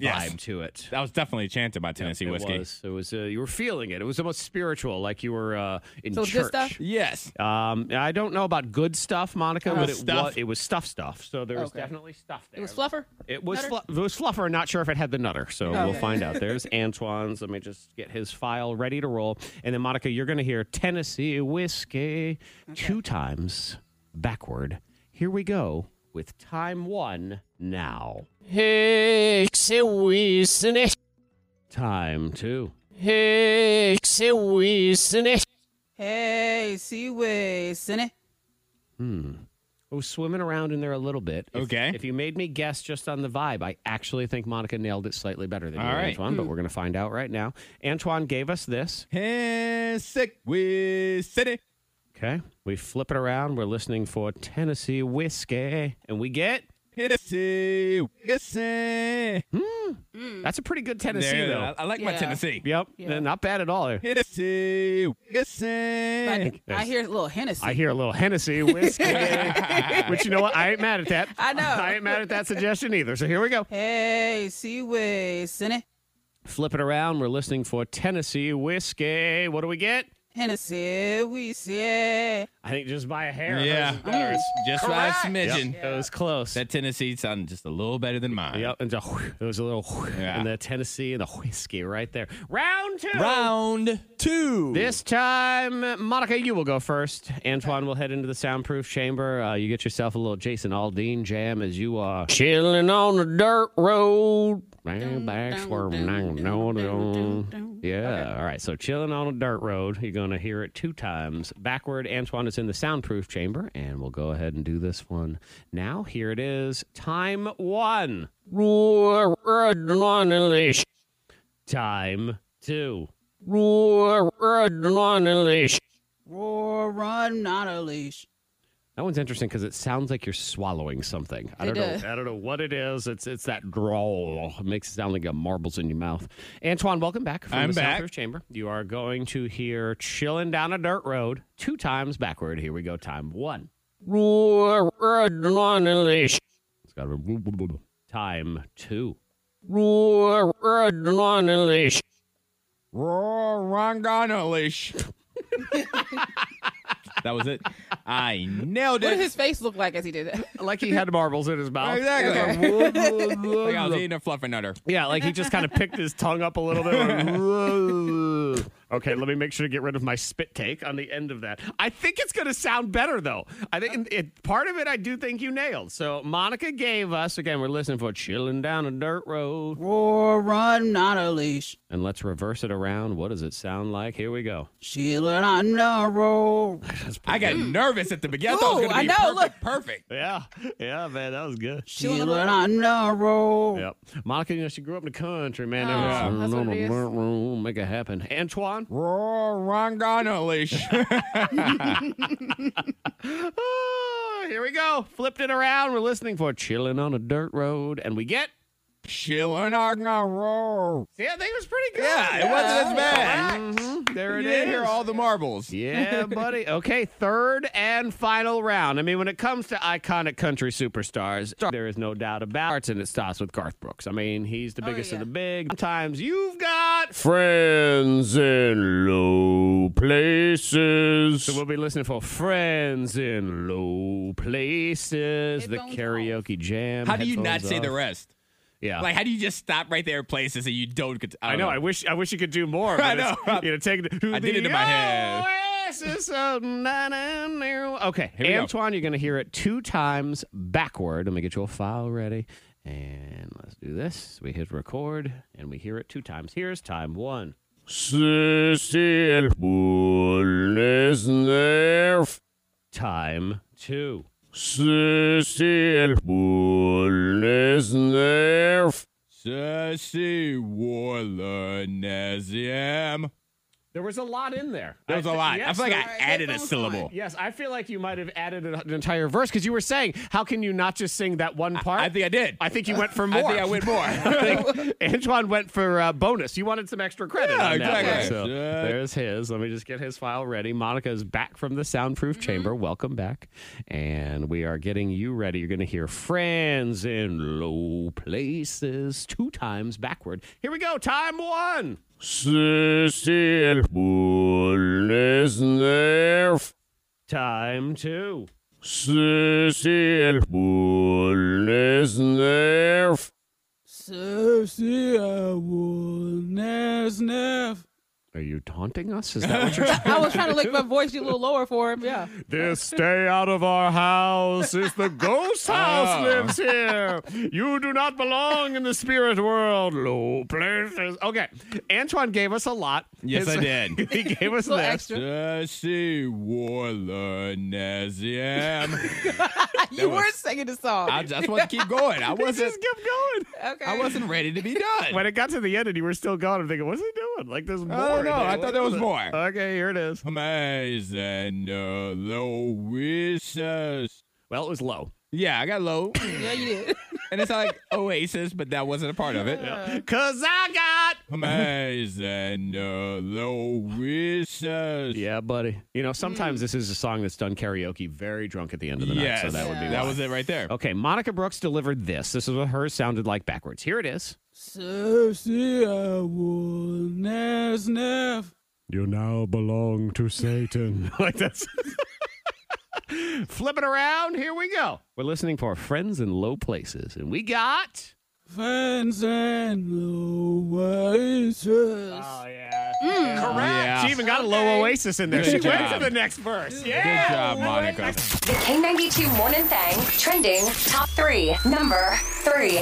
Speaker 3: Yes.
Speaker 1: vibe to it.
Speaker 3: That was definitely chanted by Tennessee
Speaker 1: it
Speaker 3: whiskey.
Speaker 1: Was. It was. Uh, you were feeling it. It was almost spiritual, like you were uh, in
Speaker 2: So it's good
Speaker 1: church.
Speaker 2: stuff?
Speaker 3: Yes.
Speaker 1: Um, I don't know about good stuff, Monica, but it
Speaker 3: stuff.
Speaker 1: was it was stuff stuff. So there was
Speaker 2: Okay.
Speaker 1: definitely stuff there.
Speaker 2: It was Fluffer.
Speaker 1: It was,
Speaker 2: Nutter?
Speaker 1: flu- it was fluffer. Not sure if it had the nutter, so we'll
Speaker 2: Okay.
Speaker 1: find out. There's Antoine's. Let me just get his file ready to roll, and then Monica, you're going to hear Tennessee whiskey two times backward. Here we go with time one now. Hixie whiskey. Time two. Hixie whiskey.
Speaker 2: Hey, Seaway, Senate.
Speaker 1: I was Oh, swimming around in there a little bit. If-
Speaker 3: Okay.
Speaker 1: If you made me guess just on the vibe, I actually think Monica nailed it slightly better than you,
Speaker 3: All right.
Speaker 1: Antoine,
Speaker 2: Hmm.
Speaker 1: but we're going to find out right now. Antoine gave us this.
Speaker 3: Hey, sick with city.
Speaker 1: Okay. We flip it around. We're listening for Tennessee whiskey, and we get.
Speaker 3: Tennessee whiskey.
Speaker 1: Hmm. That's a pretty good Tennessee,
Speaker 3: There,
Speaker 1: though.
Speaker 3: I, I like my
Speaker 2: Hmm. Yeah.
Speaker 3: Tennessee.
Speaker 1: Yep. Not bad at all. there.
Speaker 3: Tennessee whiskey.
Speaker 2: I, I hear a little Hennessy.
Speaker 1: I hear a little Hennessy whiskey, which you know what? I ain't mad at that.
Speaker 2: I know.
Speaker 1: I ain't mad at that suggestion either. So here we go.
Speaker 2: Hey, Seaway, Senate.
Speaker 1: Flip it around. We're listening for Tennessee whiskey. What do we get?
Speaker 2: Hennessy, we say.
Speaker 1: I think just by a hair.
Speaker 3: Yeah. Just by a smidgen.
Speaker 1: It was close.
Speaker 3: That Tennessee sounded just a little better than mine.
Speaker 1: Yep, and just, it was a little
Speaker 3: Yeah.
Speaker 1: and the Tennessee and the whiskey right there. Round two.
Speaker 3: Round two.
Speaker 1: This time, Monica, you will go first. Antoine will head into the soundproof chamber. Uh, you get yourself a little Jason Aldean jam as you are chilling on the dirt road. Man, back squirm, now, no, no. Yeah, all right. So, chilling on a dirt road. You're going to hear it two times. Backward, Antoine is in the soundproof chamber, and we'll go ahead and do this one now. Here it is. Time one. Time two.
Speaker 2: Roar, run, not a leash.
Speaker 1: That one's interesting because it sounds like you're swallowing something. I
Speaker 2: It
Speaker 1: don't
Speaker 2: does.
Speaker 1: know. I don't know what it is. It's it's that drawl. It makes it sound like you got marbles in your mouth. Antoine, welcome back from
Speaker 3: I'm
Speaker 1: the
Speaker 3: back.
Speaker 1: soundproof chamber. You are going to hear "Chilling Down a Dirt Road" two times backward. Here we go. Time one. It's got to time two.
Speaker 3: Roar Ranganalish. that was it. I nailed
Speaker 2: What
Speaker 3: it.
Speaker 2: did his face look like as he did that?
Speaker 1: Like he had marbles in his mouth.
Speaker 3: exactly. like I was eating a fluffernutter.
Speaker 1: Yeah, like he just kind of picked his tongue up a little bit. went, Okay, let me make sure to get rid of my spit take on the end of that. I think it's going to sound better though. I think it, part of it I do think you nailed. So Monica gave us again. We're listening for "Chilling Down a Dirt Road,"
Speaker 2: Roar, run, not a leash.
Speaker 1: and let's reverse it around. What does it sound like? Here we go.
Speaker 2: Sheila, I know, roar.
Speaker 3: I got nervous at the beginning. I thought it was
Speaker 2: Ooh, I
Speaker 3: going to be
Speaker 2: know,
Speaker 3: perfect, perfect.
Speaker 1: Mm-hmm. Yeah, yeah, man, that was good.
Speaker 2: Sheila, I know, roar.
Speaker 1: Yep. Monica, you know, she grew up in the country, man.
Speaker 5: Oh,
Speaker 1: Yeah.
Speaker 5: that's what it
Speaker 1: Make it happen. Antoine?
Speaker 3: Roar, Ron Garner leash.
Speaker 1: Ah, here we go. Flipped it around. We're listening for Chilling on a Dirt Road, and we get.
Speaker 3: Chillin' on a roar.
Speaker 1: Yeah, I think it was pretty good.
Speaker 3: Yeah, it wasn't as bad. Mm-hmm.
Speaker 1: Mhm. There
Speaker 3: You
Speaker 1: it
Speaker 3: didn't
Speaker 1: is.
Speaker 3: hear all the marbles.
Speaker 1: Yeah, buddy. Okay, third and final round. I mean, when it comes to iconic country superstars, there is no doubt about it, and it starts with Garth Brooks. I mean, he's
Speaker 3: Oh,
Speaker 1: the biggest
Speaker 2: yeah.
Speaker 1: of the big. Sometimes you've got friends in low places. So we'll be listening for friends in low places, the
Speaker 2: Headphones off.
Speaker 1: karaoke jam.
Speaker 3: How do you not
Speaker 1: headphones
Speaker 3: say the
Speaker 1: off.
Speaker 3: rest?
Speaker 1: Yeah.
Speaker 3: Like, how do you just stop right there at places and you don't get?
Speaker 1: I know. I wish. I wish you could do more. But
Speaker 3: I
Speaker 1: it's-
Speaker 3: know.
Speaker 1: You know, take it. to
Speaker 3: I did
Speaker 1: the
Speaker 3: it in my head.
Speaker 1: oasis of night and narrow- Okay,
Speaker 3: we go.
Speaker 1: Antoine, you're going to hear it two times backward. Let me get you a file ready, and let's do this. We hit record, and we hear it two times. Here's time one. Time two.
Speaker 3: Sassy Warlanesiem.
Speaker 1: There was a lot in there.
Speaker 3: That was a lot. I
Speaker 1: yes,
Speaker 3: feel like I
Speaker 1: there-
Speaker 2: All right,
Speaker 3: added a
Speaker 2: headphones
Speaker 3: syllable.
Speaker 1: Yes, I feel like you might have added an an entire verse because you were saying, "How can you not just sing that one part?"
Speaker 3: I think I did.
Speaker 1: I think you went for
Speaker 3: I
Speaker 1: more.
Speaker 3: think I went more.
Speaker 1: think Antoine went for uh, bonus. You wanted some extra credit.
Speaker 3: Yeah,
Speaker 1: on that one.
Speaker 3: exactly.
Speaker 1: So
Speaker 3: Yeah.
Speaker 1: there's his. Let me just get his file ready. Monica is back from the soundproof chamber. Welcome back. And we are getting you ready. You're going to hear friends in low places two times backward. Here we go. Time one. Time two. Are you taunting us? Is that what you're
Speaker 2: I was trying to lick my voice a little lower for him. Yeah.
Speaker 1: This stay out of our house is the ghost house
Speaker 3: Oh.
Speaker 1: lives here. You do not belong in the spirit world. Low places. Okay. Antoine gave us a lot.
Speaker 3: Yes, I did.
Speaker 1: he gave us
Speaker 2: A little
Speaker 1: this.
Speaker 2: extra.
Speaker 3: Sassy Warlanesiem.
Speaker 2: You were singing the song.
Speaker 3: I just want to keep going. I
Speaker 1: He
Speaker 3: wasn't.
Speaker 1: just kept going.
Speaker 2: okay.
Speaker 3: I wasn't ready to be done.
Speaker 1: When it got to the end and you were still gone, I'm thinking, what's he doing? Like, there's more.
Speaker 3: don't know.
Speaker 1: in
Speaker 3: Oh, I
Speaker 1: What
Speaker 3: thought there
Speaker 1: is
Speaker 3: was
Speaker 1: it?
Speaker 3: more.
Speaker 1: Okay, here it is.
Speaker 3: Amazing uh, Louises.
Speaker 1: Well, it was low.
Speaker 3: Yeah, I got low,
Speaker 2: Yeah, you did.
Speaker 3: and it's not like Oasis, but that wasn't a part of it.
Speaker 1: Because I got.
Speaker 3: Amazing uh, Louises.
Speaker 1: Yeah, buddy. You know, sometimes this is a song that's done karaoke very drunk at the end of the
Speaker 3: Yes,
Speaker 1: night. So that would be
Speaker 3: that
Speaker 1: why.
Speaker 3: was it right there.
Speaker 1: Okay, Monica Brooks delivered this. This is what hers sounded like backwards. Here it is. You now belong to Satan. like that's. Flip it around. Here we go. We're listening for Friends in Low Places, and we got. Oh, yeah. Correct.
Speaker 3: Yeah.
Speaker 1: She even got a low oasis in there.
Speaker 3: Good
Speaker 1: she went
Speaker 3: job.
Speaker 1: to the next verse. Yeah.
Speaker 3: Good job, Monica.
Speaker 4: The K92 Morning Thang trending top three. Number three.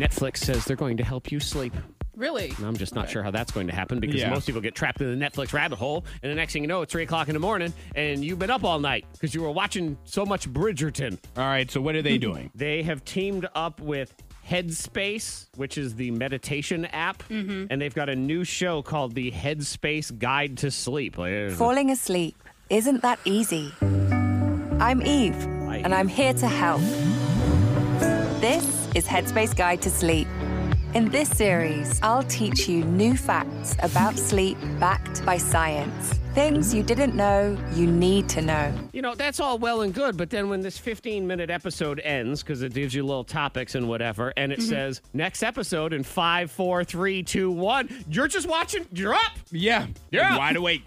Speaker 1: Netflix says they're going to help you sleep.
Speaker 2: Really?
Speaker 1: And I'm just not sure how that's going to happen because
Speaker 3: Yeah.
Speaker 1: most people get trapped in the Netflix rabbit hole. And the next thing you know, it's 3 o'clock in the morning and you've been up all night because you were watching so much Bridgerton.
Speaker 3: All right, so what are they doing?
Speaker 1: They have teamed up with Headspace, which is the meditation app. And they've got a new show called The Headspace Guide to Sleep. Like,
Speaker 6: Falling asleep isn't that easy. I'm Eve, and I'm here to help. This is Headspace Guide to Sleep. In this series, I'll teach you new facts about sleep backed by science. Things you didn't know you need to know.
Speaker 1: You know, that's all well and good, but then when this 15 minute episode ends, because it gives you little topics and whatever, and it says next episode in five, four, three, two, one, you're just watching, you're up.
Speaker 3: Yeah,
Speaker 1: Yeah.
Speaker 3: wide awake.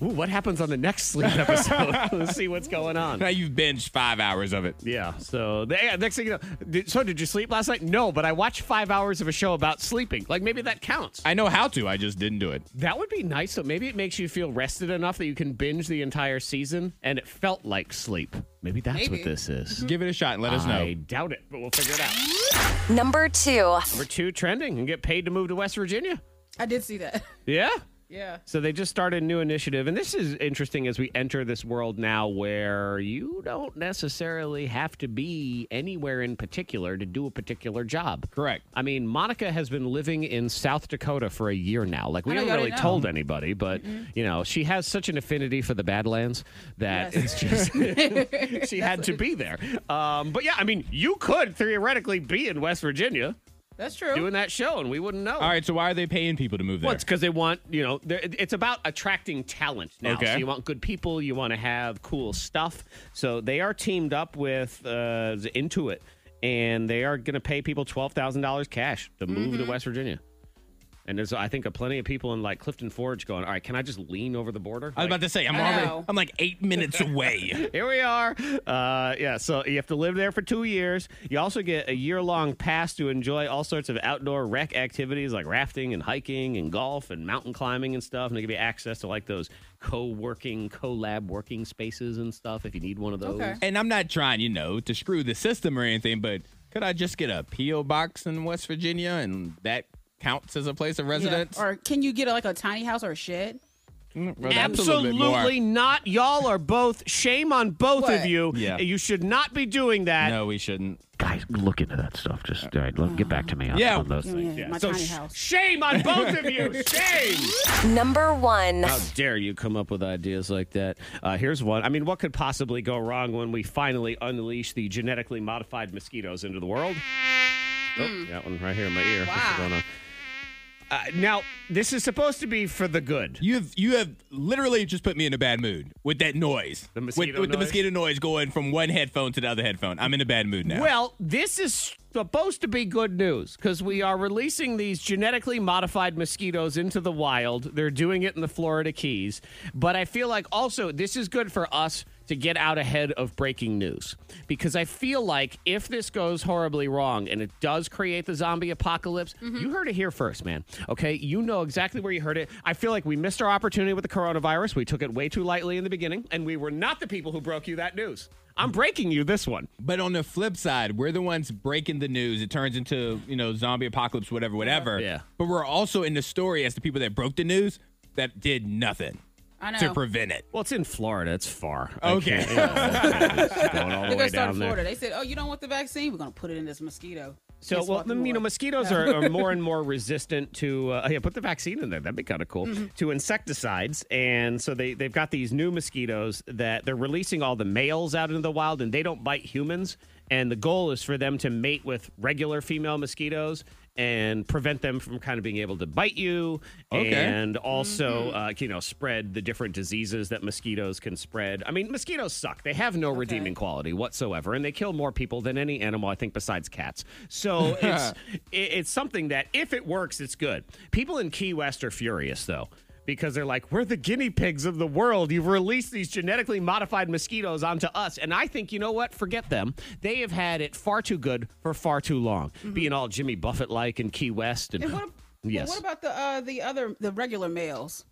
Speaker 1: Ooh, what happens on the next sleep episode? Let's see what's going on.
Speaker 3: Now you've binged five hours of it.
Speaker 1: Yeah. So the yeah, next thing you know, did, so did you sleep last night? No, but I watched five hours of a show about sleeping. Like maybe that counts.
Speaker 3: I know how to. I just didn't do it.
Speaker 1: that would be nice. So maybe it makes you feel rested enough that you can binge the entire season, and it felt like sleep. Maybe that's what
Speaker 2: Maybe.
Speaker 1: this is.
Speaker 3: Give it a shot and let us
Speaker 1: I
Speaker 3: know.
Speaker 1: doubt it, but we'll figure it out.
Speaker 4: Number two.
Speaker 1: Number two, trending and get paid to move to West Virginia.
Speaker 2: I did see that.
Speaker 1: Yeah.
Speaker 2: Yeah.
Speaker 1: So they just started a new initiative, and this is interesting as we enter this world now where you don't necessarily have to be anywhere in particular to do a particular job.
Speaker 3: Correct.
Speaker 1: I mean, Monica has been living in South Dakota for a year now. Like we
Speaker 2: I know,
Speaker 1: haven't
Speaker 2: y'all
Speaker 1: really
Speaker 2: didn't
Speaker 1: told anybody, but you know, she has such an affinity for the Badlands that
Speaker 2: Yes.
Speaker 1: it's just she had to be there. Um, but yeah, I mean, you could theoretically be in West Virginia
Speaker 2: That's true.
Speaker 1: doing that show, and we wouldn't know.
Speaker 3: All right, so why are they paying people to move there?
Speaker 1: Well, it's because they want, you know, they're- it's about attracting talent now.
Speaker 3: Okay.
Speaker 1: So you want good people, you want to have cool stuff. So they are teamed up with uh, Intuit, and they are going to pay people twelve thousand dollars cash to move to West Virginia. And there's, I think, a plenty of people in like Clifton Forge going, "All right, can I just lean over the border?"
Speaker 3: I was about to say I'm already
Speaker 2: know.
Speaker 3: I'm like eight minutes away.
Speaker 1: Here we are. Uh, yeah, so you have to live there for two years. You also get a year long pass to enjoy all sorts of outdoor rec activities like rafting and hiking and golf and mountain climbing and stuff. And they give you access to like those co working, collab working spaces and stuff if you need one of those.
Speaker 2: Okay.
Speaker 3: and I'm not trying, you know, to screw the system or anything, but could I just get a PO box in West Virginia and that counts as a place of
Speaker 2: Yeah.
Speaker 3: residence?
Speaker 2: Or can you get like a tiny house or a shed?
Speaker 3: Well, that's a little bit more.
Speaker 1: Absolutely not. Y'all are both, shame on both of
Speaker 2: What?
Speaker 1: you.
Speaker 3: Yeah.
Speaker 1: You should not be doing that.
Speaker 3: No, we shouldn't.
Speaker 1: Guys, look into that stuff. Just all right, look, get back to me on,
Speaker 3: Yeah.
Speaker 1: on those things.
Speaker 2: Yeah, my tiny house.
Speaker 1: Shame on both of you. Shame.
Speaker 4: Number one.
Speaker 1: How dare you come up with ideas like that? Uh, here's one. I mean, what could possibly go wrong when we finally unleash the genetically modified mosquitoes into the world? Oh, that one right here in my ear. What's
Speaker 2: Wow.
Speaker 1: going on? Uh, now, this is supposed to be for the good.
Speaker 3: You have you have literally just put me in a bad mood with that noise.
Speaker 1: The
Speaker 3: with,
Speaker 1: mosquito
Speaker 3: with the
Speaker 1: noise?
Speaker 3: mosquito noise going from one headphone to the other headphone. I'm in a bad mood now.
Speaker 1: Well, this is supposed to be good news because we are releasing these genetically modified mosquitoes into the wild. They're doing it in the Florida Keys. But I feel like also this is good for us to get out ahead of breaking news because I feel like if this goes horribly wrong and it does create the zombie apocalypse, you heard it here first, man. Okay. You know exactly where you heard it. I feel like we missed our opportunity with the coronavirus. We took it way too lightly in the beginning, and we were not the people who broke you that news. I'm breaking you this one.
Speaker 3: But on the flip side, we're the ones breaking the news. It turns into, you know, zombie apocalypse, whatever, whatever.
Speaker 1: Yeah.
Speaker 3: But we're also in the story as the people that broke the news that did nothing
Speaker 2: I know.
Speaker 3: to prevent it.
Speaker 1: Well, it's in Florida. It's far.
Speaker 3: Okay.
Speaker 1: I can't- yeah, it's going all the
Speaker 2: They're
Speaker 1: way
Speaker 2: gonna start
Speaker 1: down
Speaker 2: in
Speaker 1: there.
Speaker 2: Florida. They said, "Oh, you don't want the vaccine? We're gonna put it in this mosquito."
Speaker 1: So,
Speaker 2: Guess
Speaker 1: well,
Speaker 2: what?
Speaker 1: then,
Speaker 2: We
Speaker 1: you know,
Speaker 2: were.
Speaker 1: mosquitoes are, are more and more resistant to. Uh, yeah, put the vaccine in there. That'd be kind of cool.
Speaker 3: Mm-hmm.
Speaker 1: To insecticides, and so they they've got these new mosquitoes that they're releasing all the males out into the wild, and they don't bite humans. And the goal is for them to mate with regular female mosquitoes and prevent them from kind of being able to bite you
Speaker 3: Okay.
Speaker 1: and also uh, you know spread the different diseases that mosquitoes can spread i mean mosquitoes suck they have no redeeming quality whatsoever and they kill more people than any animal i think besides cats so it's it- it's something that if it works it's good people in key west are furious though because they're like, we're the guinea pigs of the world. You've released these genetically modified mosquitoes onto us. And I think, you know what? Forget them. They have had it far too good for far too long,
Speaker 5: Mm-hmm.
Speaker 1: being all Jimmy Buffett like in Key West. And,
Speaker 2: And what, ab- but
Speaker 1: yes.
Speaker 2: what about the uh, the other the regular males?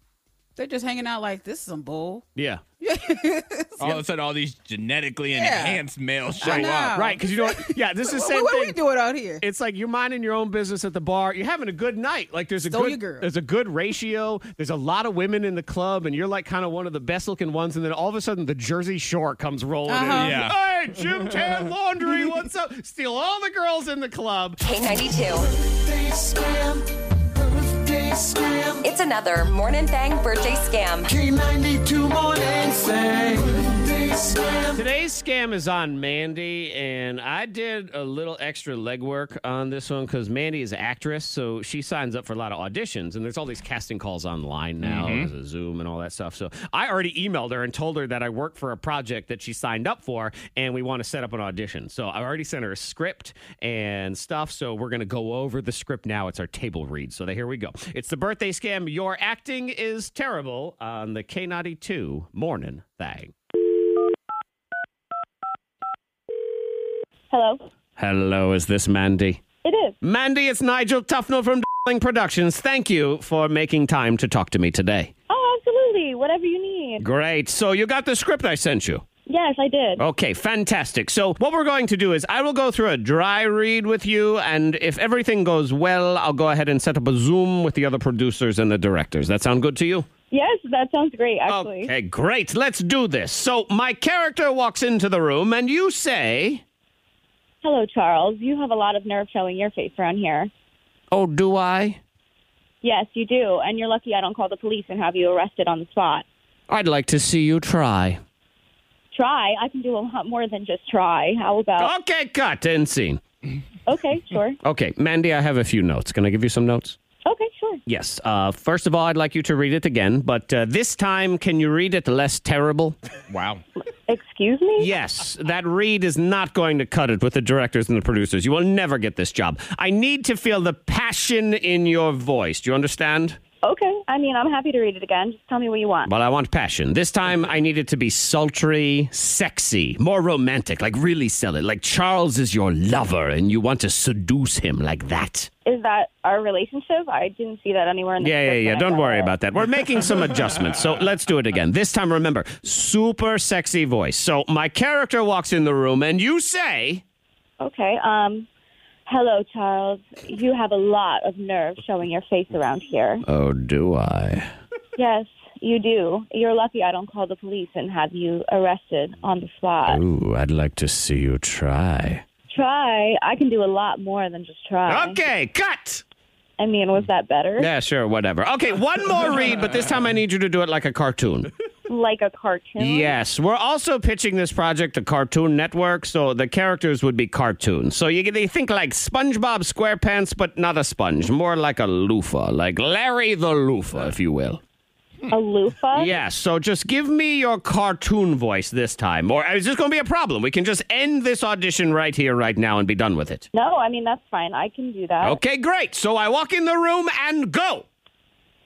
Speaker 2: They're just hanging out like this is some bull.
Speaker 1: yeah.
Speaker 3: All of a sudden, all these genetically enhanced males show
Speaker 2: I know.
Speaker 3: up.
Speaker 1: Right, because you know what? Yeah, this is the
Speaker 2: What,
Speaker 1: same
Speaker 2: what are
Speaker 1: thing.
Speaker 2: we doing out here?
Speaker 1: It's like you're minding your own business at the bar. You're having a good night. Like there's a
Speaker 2: Stole your
Speaker 1: good
Speaker 2: girl.
Speaker 1: there's a good ratio. There's a lot of women in the club, and you're like kind of one of the best looking ones. And then all of a sudden, the Jersey Shore comes rolling
Speaker 2: Uh-huh.
Speaker 1: in.
Speaker 3: Yeah.
Speaker 1: Hey, Jim Tan Laundry, what's up? Steal all the girls in the club.
Speaker 4: K92. It's another Morning Thang birthday scam.
Speaker 5: K92 morning sang.
Speaker 1: Today's scam is on Mandy, and I did a little extra legwork on this one because Mandy is an actress, so she signs up for a lot of auditions, and there's all these casting calls online now, there's a Zoom and all that stuff. So I already emailed her and told her that I work for a project that she signed up for, and we want to set up an audition. So I already sent her a script and stuff, so we're going to go over the script now. It's our table read. So here we go. It's the birthday scam. Your acting is terrible on the K92 morning thing.
Speaker 5: Hello.
Speaker 1: Hello, is this Mandy?
Speaker 5: It is.
Speaker 1: Mandy, it's Nigel Tufnell from Darling Productions. Thank you for making time to talk to me today.
Speaker 5: Oh, absolutely. Whatever you need.
Speaker 1: Great. So you got the script I sent you.
Speaker 5: Yes, I did.
Speaker 1: Okay, fantastic. So what we're going to do is I will go through a dry read with you, and if everything goes well, I'll go ahead and set up a Zoom with the other producers and the directors. That sound good to you?
Speaker 5: Yes, that sounds great, actually.
Speaker 1: Okay, great. Let's do this. So my character walks into the room, and you say,
Speaker 5: Hello, Charles. You have a lot of nerve showing your face around here.
Speaker 1: "Oh, do I?
Speaker 5: Yes, you do. And you're lucky I don't call the police and have you arrested on the spot.
Speaker 1: I'd like to see you try."
Speaker 5: Try. I can do a lot more than just try. How about.
Speaker 1: Okay, cut and scene.
Speaker 5: Okay, sure.
Speaker 1: Okay, Mandy, I have a few notes. Can I give you some notes?
Speaker 5: Okay, sure.
Speaker 1: Yes. Uh, first of all, I'd like you to read it again, but uh, this time, can you read it less terrible?
Speaker 3: Wow.
Speaker 5: Excuse me?
Speaker 1: Yes, that read is not going to cut it with the directors and the producers. You will never get this job. I need to feel the passion in your voice. Do you understand?
Speaker 5: Okay. I mean, I'm happy to read it again. Just tell me what you want.
Speaker 1: Well, I want passion. This time, I need it to be sultry, sexy, more romantic, like really sell it. Like Charles is your lover and you want to seduce him like that.
Speaker 5: Is that our relationship? I didn't see that anywhere in the
Speaker 1: Yeah, yeah,
Speaker 5: script
Speaker 1: yeah.
Speaker 5: when I
Speaker 1: Don't
Speaker 5: read
Speaker 1: worry
Speaker 5: it.
Speaker 1: about that. We're making some adjustments. So let's do it again. This time, remember, super sexy voice. So my character walks in the room and you say,
Speaker 5: Okay. Um, hello, Charles. You have a lot of nerve showing your face around here.
Speaker 1: Oh, do I?
Speaker 5: Yes, you do. You're lucky I don't call the police and have you arrested on the spot.
Speaker 1: Ooh, I'd like to see you try.
Speaker 5: Try. I can do a lot more than just try.
Speaker 1: Okay, cut.
Speaker 5: I mean, was that better?
Speaker 1: Yeah, sure, whatever. Okay, one more read, but this time I need you to do it like a cartoon.
Speaker 5: Like a cartoon?
Speaker 1: Yes, we're also pitching this project to Cartoon Network, so the characters would be cartoons. So you, they think like SpongeBob SquarePants, but not a sponge, more like a loofah, like Larry the Loofah, if you will.
Speaker 5: A loofah?
Speaker 1: Yeah, so just give me your cartoon voice this time, or is this going to be a problem? We can just end this audition right here, right now, and be done with it.
Speaker 5: No, I mean, that's fine. I can do that.
Speaker 1: Okay, great. So I walk in the room and go.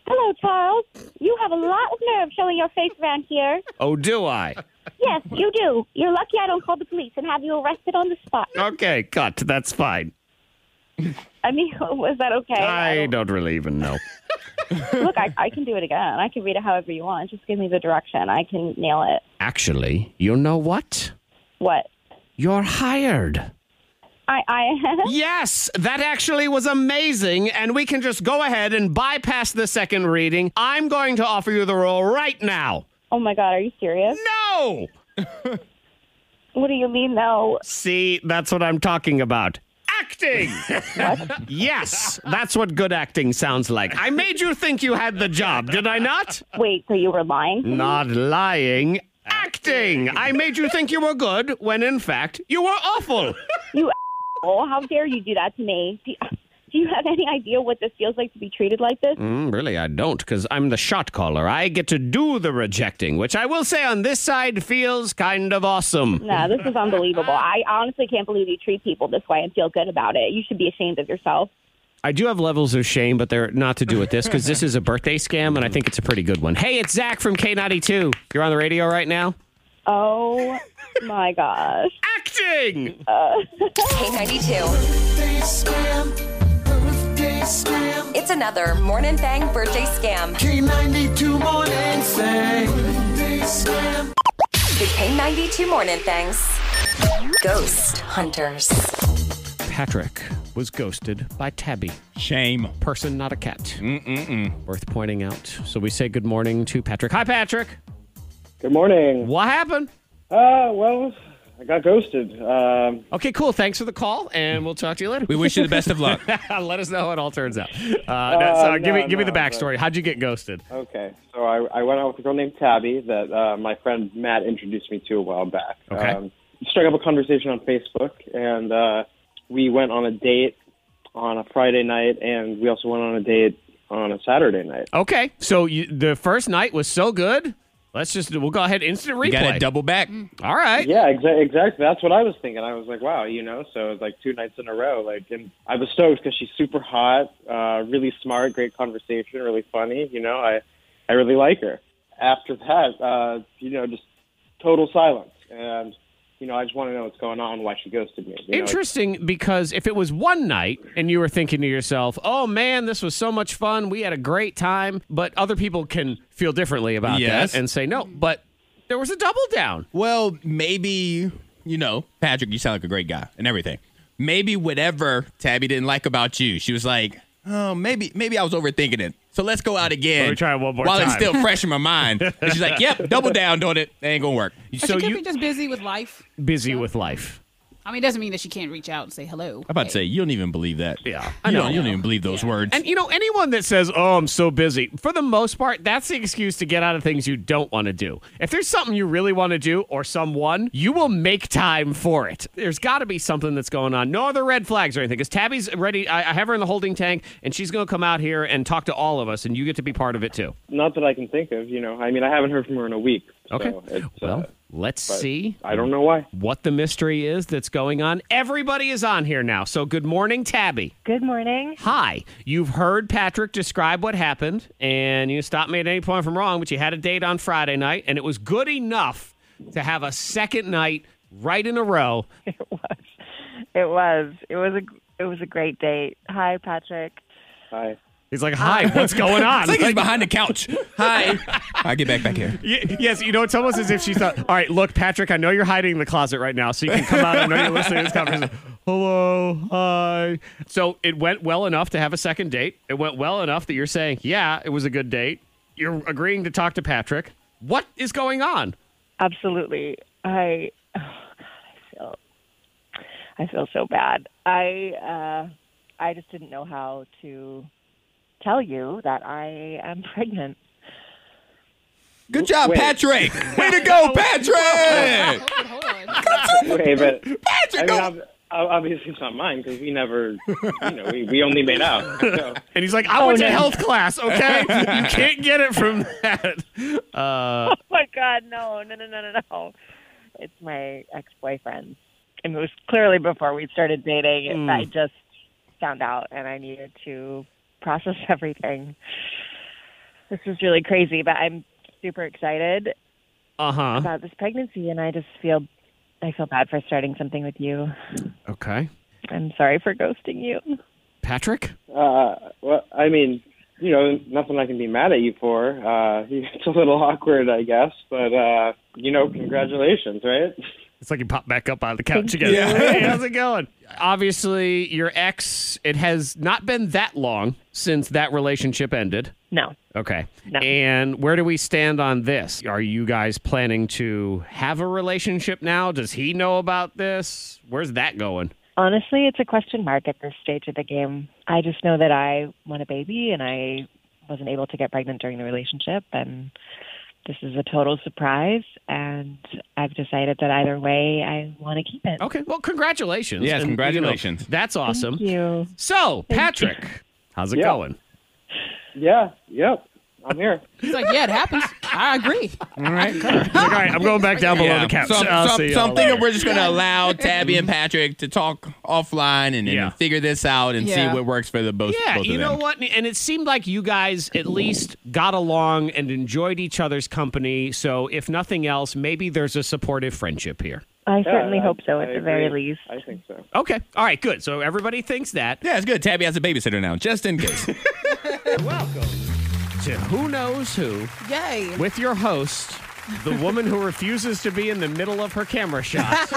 Speaker 5: Hello, Charles. You have a lot of nerve showing your face around here.
Speaker 1: Oh, do I?
Speaker 5: Yes, you do. You're lucky I don't call the police and have you arrested on the spot.
Speaker 1: Okay, cut. That's fine.
Speaker 5: I mean, was that okay?
Speaker 1: I don't really even know.
Speaker 5: Look, I, I can do it again. I can read it however you want. Just give me the direction. I can nail it.
Speaker 1: Actually, you know what?
Speaker 5: What?
Speaker 1: You're hired.
Speaker 5: I, I
Speaker 1: Yes, that actually was amazing. And we can just go ahead and bypass the second reading. I'm going to offer you the role right now.
Speaker 5: oh my god, are you serious?
Speaker 1: No!
Speaker 5: What do you mean? No,
Speaker 1: See, that's what I'm talking about. Acting! yes, that's what good acting sounds like. I made you think you had the job, did I not?
Speaker 5: wait. So you were lying? to me?
Speaker 1: Not lying. Acting! I made you think you were good when in fact you were awful.
Speaker 5: You asshole. How dare you do that to me? Do, do you have any idea what this feels like to be treated like this?
Speaker 1: Mm, really, I don't, because I'm the shot caller. I get to do the rejecting, which I will say on this side feels kind of awesome.
Speaker 5: No, this is unbelievable. I honestly can't believe you treat people this way and feel good about it. You should be ashamed of yourself.
Speaker 1: I do have levels of shame, but they're not to do with this, because this is a birthday scam, and I think it's a pretty good one. Hey, it's Zach from K92. You're on the radio right now.
Speaker 5: Oh my gosh.
Speaker 1: Acting!
Speaker 4: K92. It's another Morning Thang birthday scam. The K92 Morning Thangs. Ghost Hunters.
Speaker 1: Patrick was ghosted by Tabby.
Speaker 3: Shame.
Speaker 1: Person, not a cat. Mm-mm-mm. Worth pointing out. So we say good morning to Patrick. Hi, Patrick.
Speaker 7: Good morning.
Speaker 1: What happened?
Speaker 7: Uh, well, I got ghosted. Um,
Speaker 1: Okay, cool. Thanks for the call, and we'll talk to you later.
Speaker 3: We wish you the best of luck.
Speaker 1: Let us know how it all turns out. Uh, no, so
Speaker 7: Uh,
Speaker 1: give me
Speaker 7: no,
Speaker 1: give me the
Speaker 7: no, Uh,
Speaker 1: backstory. How'd you get ghosted?
Speaker 7: okay, so I, I went out with a girl named Tabby that uh, my friend Matt introduced me to a while back. Um,
Speaker 1: Okay.
Speaker 7: struck up a conversation on Facebook, and uh, we went on a date on a Friday night, and we also went on a date on a Saturday night.
Speaker 1: Okay, so you, the first night was so good. Let's just we'll go ahead instant
Speaker 3: You got to
Speaker 1: replay.
Speaker 3: double back.
Speaker 1: all right.
Speaker 7: Yeah, exa- exactly. That's what I was thinking. I was like, wow, you know. So it was like two nights in a row. Like, and I was stoked because she's super hot, uh, really smart, great conversation, really funny. You know, I, I really like her. After that, uh, you know, just total silence, and you know, I just want to know what's going on, why she ghosted me. You know, it's-
Speaker 1: Interesting because if it was one night and you were thinking to yourself, "Oh man, this was so much fun. We had a great time," but other people can feel differently about
Speaker 3: Yes.
Speaker 1: that and say no. But there was a double down.
Speaker 3: Well, maybe, you know, Patrick, you sound like a great guy and everything. Maybe whatever Tabby didn't like about you, she was like, oh, maybe, maybe I was overthinking it. So let's go out again.
Speaker 1: Let me try it one more
Speaker 3: While it's
Speaker 1: time.
Speaker 3: still fresh in my mind. And she's like, yep, double down on it. That ain't going to work.
Speaker 2: Or she could be just busy with life.
Speaker 1: busy with life.
Speaker 2: I mean, it doesn't mean that she can't reach out and say hello.
Speaker 3: I'm about to say, you don't even believe that.
Speaker 1: Yeah,
Speaker 3: You,
Speaker 1: I know.
Speaker 3: Don't, you don't even believe those words.
Speaker 1: And you know, anyone that says, "Oh, I'm so busy," for the most part, that's the excuse to get out of things you don't want to do. If there's something you really want to do or someone, you will make time for it. There's got to be something that's going on. No other red flags or anything. Because Tabby's ready. I, I have her in the holding tank, and she's going to come out here and talk to all of us, and you get to be part of it too.
Speaker 7: not that I can think of. You know, I mean, I haven't heard from her in a week.
Speaker 1: Okay.
Speaker 7: So it's,
Speaker 1: well,
Speaker 7: uh,
Speaker 1: let's
Speaker 7: but
Speaker 1: see.
Speaker 7: I don't know why.
Speaker 1: What the mystery is that's going on. Everybody is on here now. So, good morning, Tabby.
Speaker 8: Good morning.
Speaker 1: Hi, you've heard Patrick describe what happened, and you stopped me at any point from wrong, but you had a date on Friday night, and it was good enough to have a second night right in a row.
Speaker 8: It was. It was. It was a. It was a great date. Hi, Patrick.
Speaker 7: Hi.
Speaker 1: He's like, hi, what's going on?
Speaker 3: It's like he's behind the couch. Hi. I get back back here.
Speaker 1: Y- yes, you know, it's almost as if she thought, all right, look, Patrick, I know you're hiding in the closet right now, so you can come out. I know you're listening to this conversation. Hello, hi. So it went well enough to have a second date. It went well enough that you're saying, yeah, it was a good date. You're agreeing to talk to Patrick. What is going on?
Speaker 8: Absolutely. I. Oh God, I feel. I feel so bad. I. Uh, I just didn't know how to tell you that I am pregnant.
Speaker 3: Good job,
Speaker 7: Wait.
Speaker 3: Patrick. Way to go, Patrick.
Speaker 2: Hold on.
Speaker 7: Wait, but I
Speaker 3: Patrick,
Speaker 7: mean,
Speaker 3: go.
Speaker 7: ob- ob- obviously it's not mine because we never, you know, we, we only made out. So.
Speaker 8: Oh
Speaker 1: And he's like, I went to health class, okay? you can't get it from that. Uh,
Speaker 8: Oh my God! No! No! No! No! No! No! It's my ex-boyfriend, and it was clearly before we started dating. and I just found out, and I needed to process everything. This is really crazy, but I'm super excited
Speaker 1: uh huh.
Speaker 8: about this pregnancy, and I just feel I feel bad for starting something with you.
Speaker 1: Okay.
Speaker 8: I'm sorry for ghosting you.
Speaker 1: Patrick?
Speaker 7: Uh, well, I mean, you know, nothing I can be mad at you for. Uh, it's a little awkward, I guess, but uh, you know, congratulations, right?
Speaker 1: It's like you pop back up on the couch again.
Speaker 3: Yeah.
Speaker 1: Hey, how's it going? Obviously, your ex, it has not been that long since that relationship ended.
Speaker 8: No,
Speaker 1: Okay.
Speaker 8: No.
Speaker 1: And where do we stand on this? Are you guys planning to have a relationship now? Does he know about this? Where's that going?
Speaker 8: honestly, it's a question mark at this stage of the game. I just know that I want a baby, and I wasn't able to get pregnant during the relationship, and this is a total surprise. And I've decided that either way, I want to keep it.
Speaker 1: Okay. Well, congratulations.
Speaker 3: Yes,
Speaker 1: you know,
Speaker 3: congratulations.
Speaker 1: that's awesome.
Speaker 8: Thank you.
Speaker 1: So, Patrick, how's it
Speaker 7: Yeah.
Speaker 1: going?
Speaker 7: Yeah, yep, I'm here.
Speaker 2: He's like, yeah, it happens. I agree.
Speaker 3: All right.
Speaker 1: All right, I'm going back down below the couch.
Speaker 3: So,
Speaker 1: I'll
Speaker 3: so,
Speaker 1: see
Speaker 3: so
Speaker 1: y'all
Speaker 3: I'm thinking
Speaker 1: later.
Speaker 3: we're just going to allow Tabby and Patrick to talk offline and, and
Speaker 1: Yeah.
Speaker 3: figure this out and
Speaker 2: Yeah.
Speaker 3: see what works for the both,
Speaker 1: yeah,
Speaker 3: both
Speaker 1: you
Speaker 3: of
Speaker 1: know
Speaker 3: them.
Speaker 1: what? And it seemed like you guys at least got along and enjoyed each other's company. So, if nothing else, maybe there's a supportive friendship here.
Speaker 8: I certainly
Speaker 7: Yeah,
Speaker 8: hope so,
Speaker 7: I-
Speaker 8: at
Speaker 7: I
Speaker 8: the very
Speaker 7: agree.
Speaker 8: least.
Speaker 7: I think so.
Speaker 1: Okay. All right, good. So, everybody thinks that.
Speaker 3: Yeah, it's good. Tabby has a babysitter now, just in case.
Speaker 1: Welcome to Who Knows Who
Speaker 2: Yay.
Speaker 1: with your host, the woman who refuses to be in the middle of her camera shot.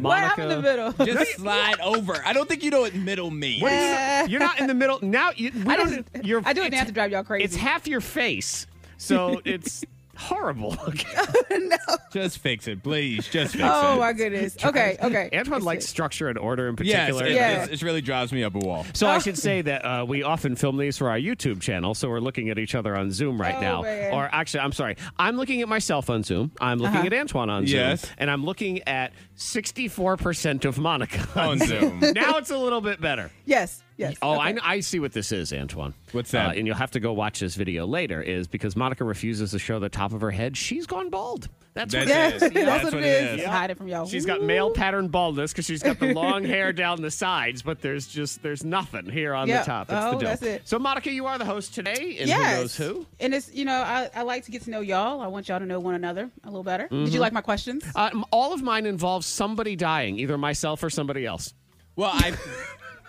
Speaker 2: What happened in the middle?
Speaker 3: just slide over. I don't think you know what middle means.
Speaker 1: You're not in the middle. Now, you, we
Speaker 2: I,
Speaker 1: don't,
Speaker 2: just,
Speaker 1: you're,
Speaker 2: I do it
Speaker 1: it's-
Speaker 2: now to drive y'all crazy.
Speaker 1: It's half your face. So it's horrible.
Speaker 3: Just fix it, please. Just fix it.
Speaker 2: Oh my goodness. Okay, okay.
Speaker 1: Antoine likes structure and order in
Speaker 3: Yes,
Speaker 1: particular.
Speaker 3: it, It's, it's really drives me up a wall.
Speaker 1: So I should say that uh, we often film these for our YouTube channel, so we're looking at each other on Zoom right
Speaker 3: Oh,
Speaker 1: now.
Speaker 3: man.
Speaker 1: Or actually, I'm sorry, I'm looking at myself on Zoom. I'm looking
Speaker 3: Uh-huh.
Speaker 1: at Antoine on
Speaker 3: Yes.
Speaker 1: Zoom, and I'm looking at 64 percent of Monica
Speaker 3: On Zoom.
Speaker 1: now it's a little bit better.
Speaker 2: Yes, yes.
Speaker 1: Oh,
Speaker 2: okay.
Speaker 1: I, I see what this is, Antoine. What's
Speaker 3: that?
Speaker 1: and you'll have to go watch this video later. Is because Monica refuses to show the top of her head. She's gone bald. That's what
Speaker 2: yeah,
Speaker 1: it is.
Speaker 2: that's, what, it is. Hide it from y'all.
Speaker 1: She's got male pattern baldness because she's got the long hair down the sides, but there's just there's nothing here on
Speaker 2: Yeah.
Speaker 1: the top. It's
Speaker 2: Oh,
Speaker 1: the dope.
Speaker 2: that's it.
Speaker 1: So Monica, you are the host today, and
Speaker 2: Yes.
Speaker 1: who knows who?
Speaker 2: And it's you know I, I like to get to know y'all. I want y'all to know one another a little better. Did you
Speaker 1: Mhm.
Speaker 2: like my questions?
Speaker 1: Uh, m- all of mine involves somebody dying, either myself or somebody else.
Speaker 3: Well, I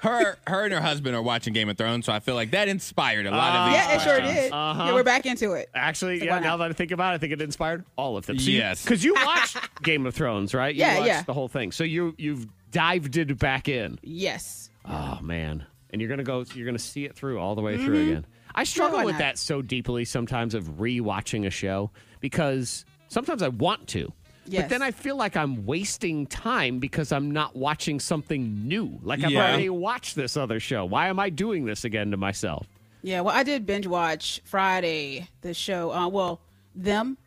Speaker 3: her her and her husband are watching Game of Thrones, so I feel like that inspired a lot of
Speaker 1: Uh,
Speaker 3: these.
Speaker 2: yeah, it sure
Speaker 3: questions.
Speaker 2: did.
Speaker 1: Uh-huh.
Speaker 2: Yeah, we're back into it.
Speaker 1: Actually,
Speaker 2: So why
Speaker 1: yeah.
Speaker 2: not?
Speaker 1: Now that I think about it, I think it inspired all of them.
Speaker 3: Yes.
Speaker 1: because you watched Game of Thrones, right? You
Speaker 2: Yeah,
Speaker 1: watched
Speaker 2: yeah.
Speaker 1: The whole thing. So you you've dived it back in.
Speaker 2: Yes.
Speaker 1: Oh man, and you're gonna go. You're gonna see it through all the way through
Speaker 2: Mhm.
Speaker 1: again. I struggle
Speaker 2: why
Speaker 1: with
Speaker 2: not?
Speaker 1: that so deeply sometimes of rewatching a show because sometimes I want to. But
Speaker 2: Yes.
Speaker 1: then I feel like I'm wasting time because I'm not watching something new. Like I've
Speaker 3: Yeah.
Speaker 1: already watched this other show. Why am I doing this again to myself?
Speaker 2: Yeah. Well, I did binge watch Friday the show. Uh, well, them.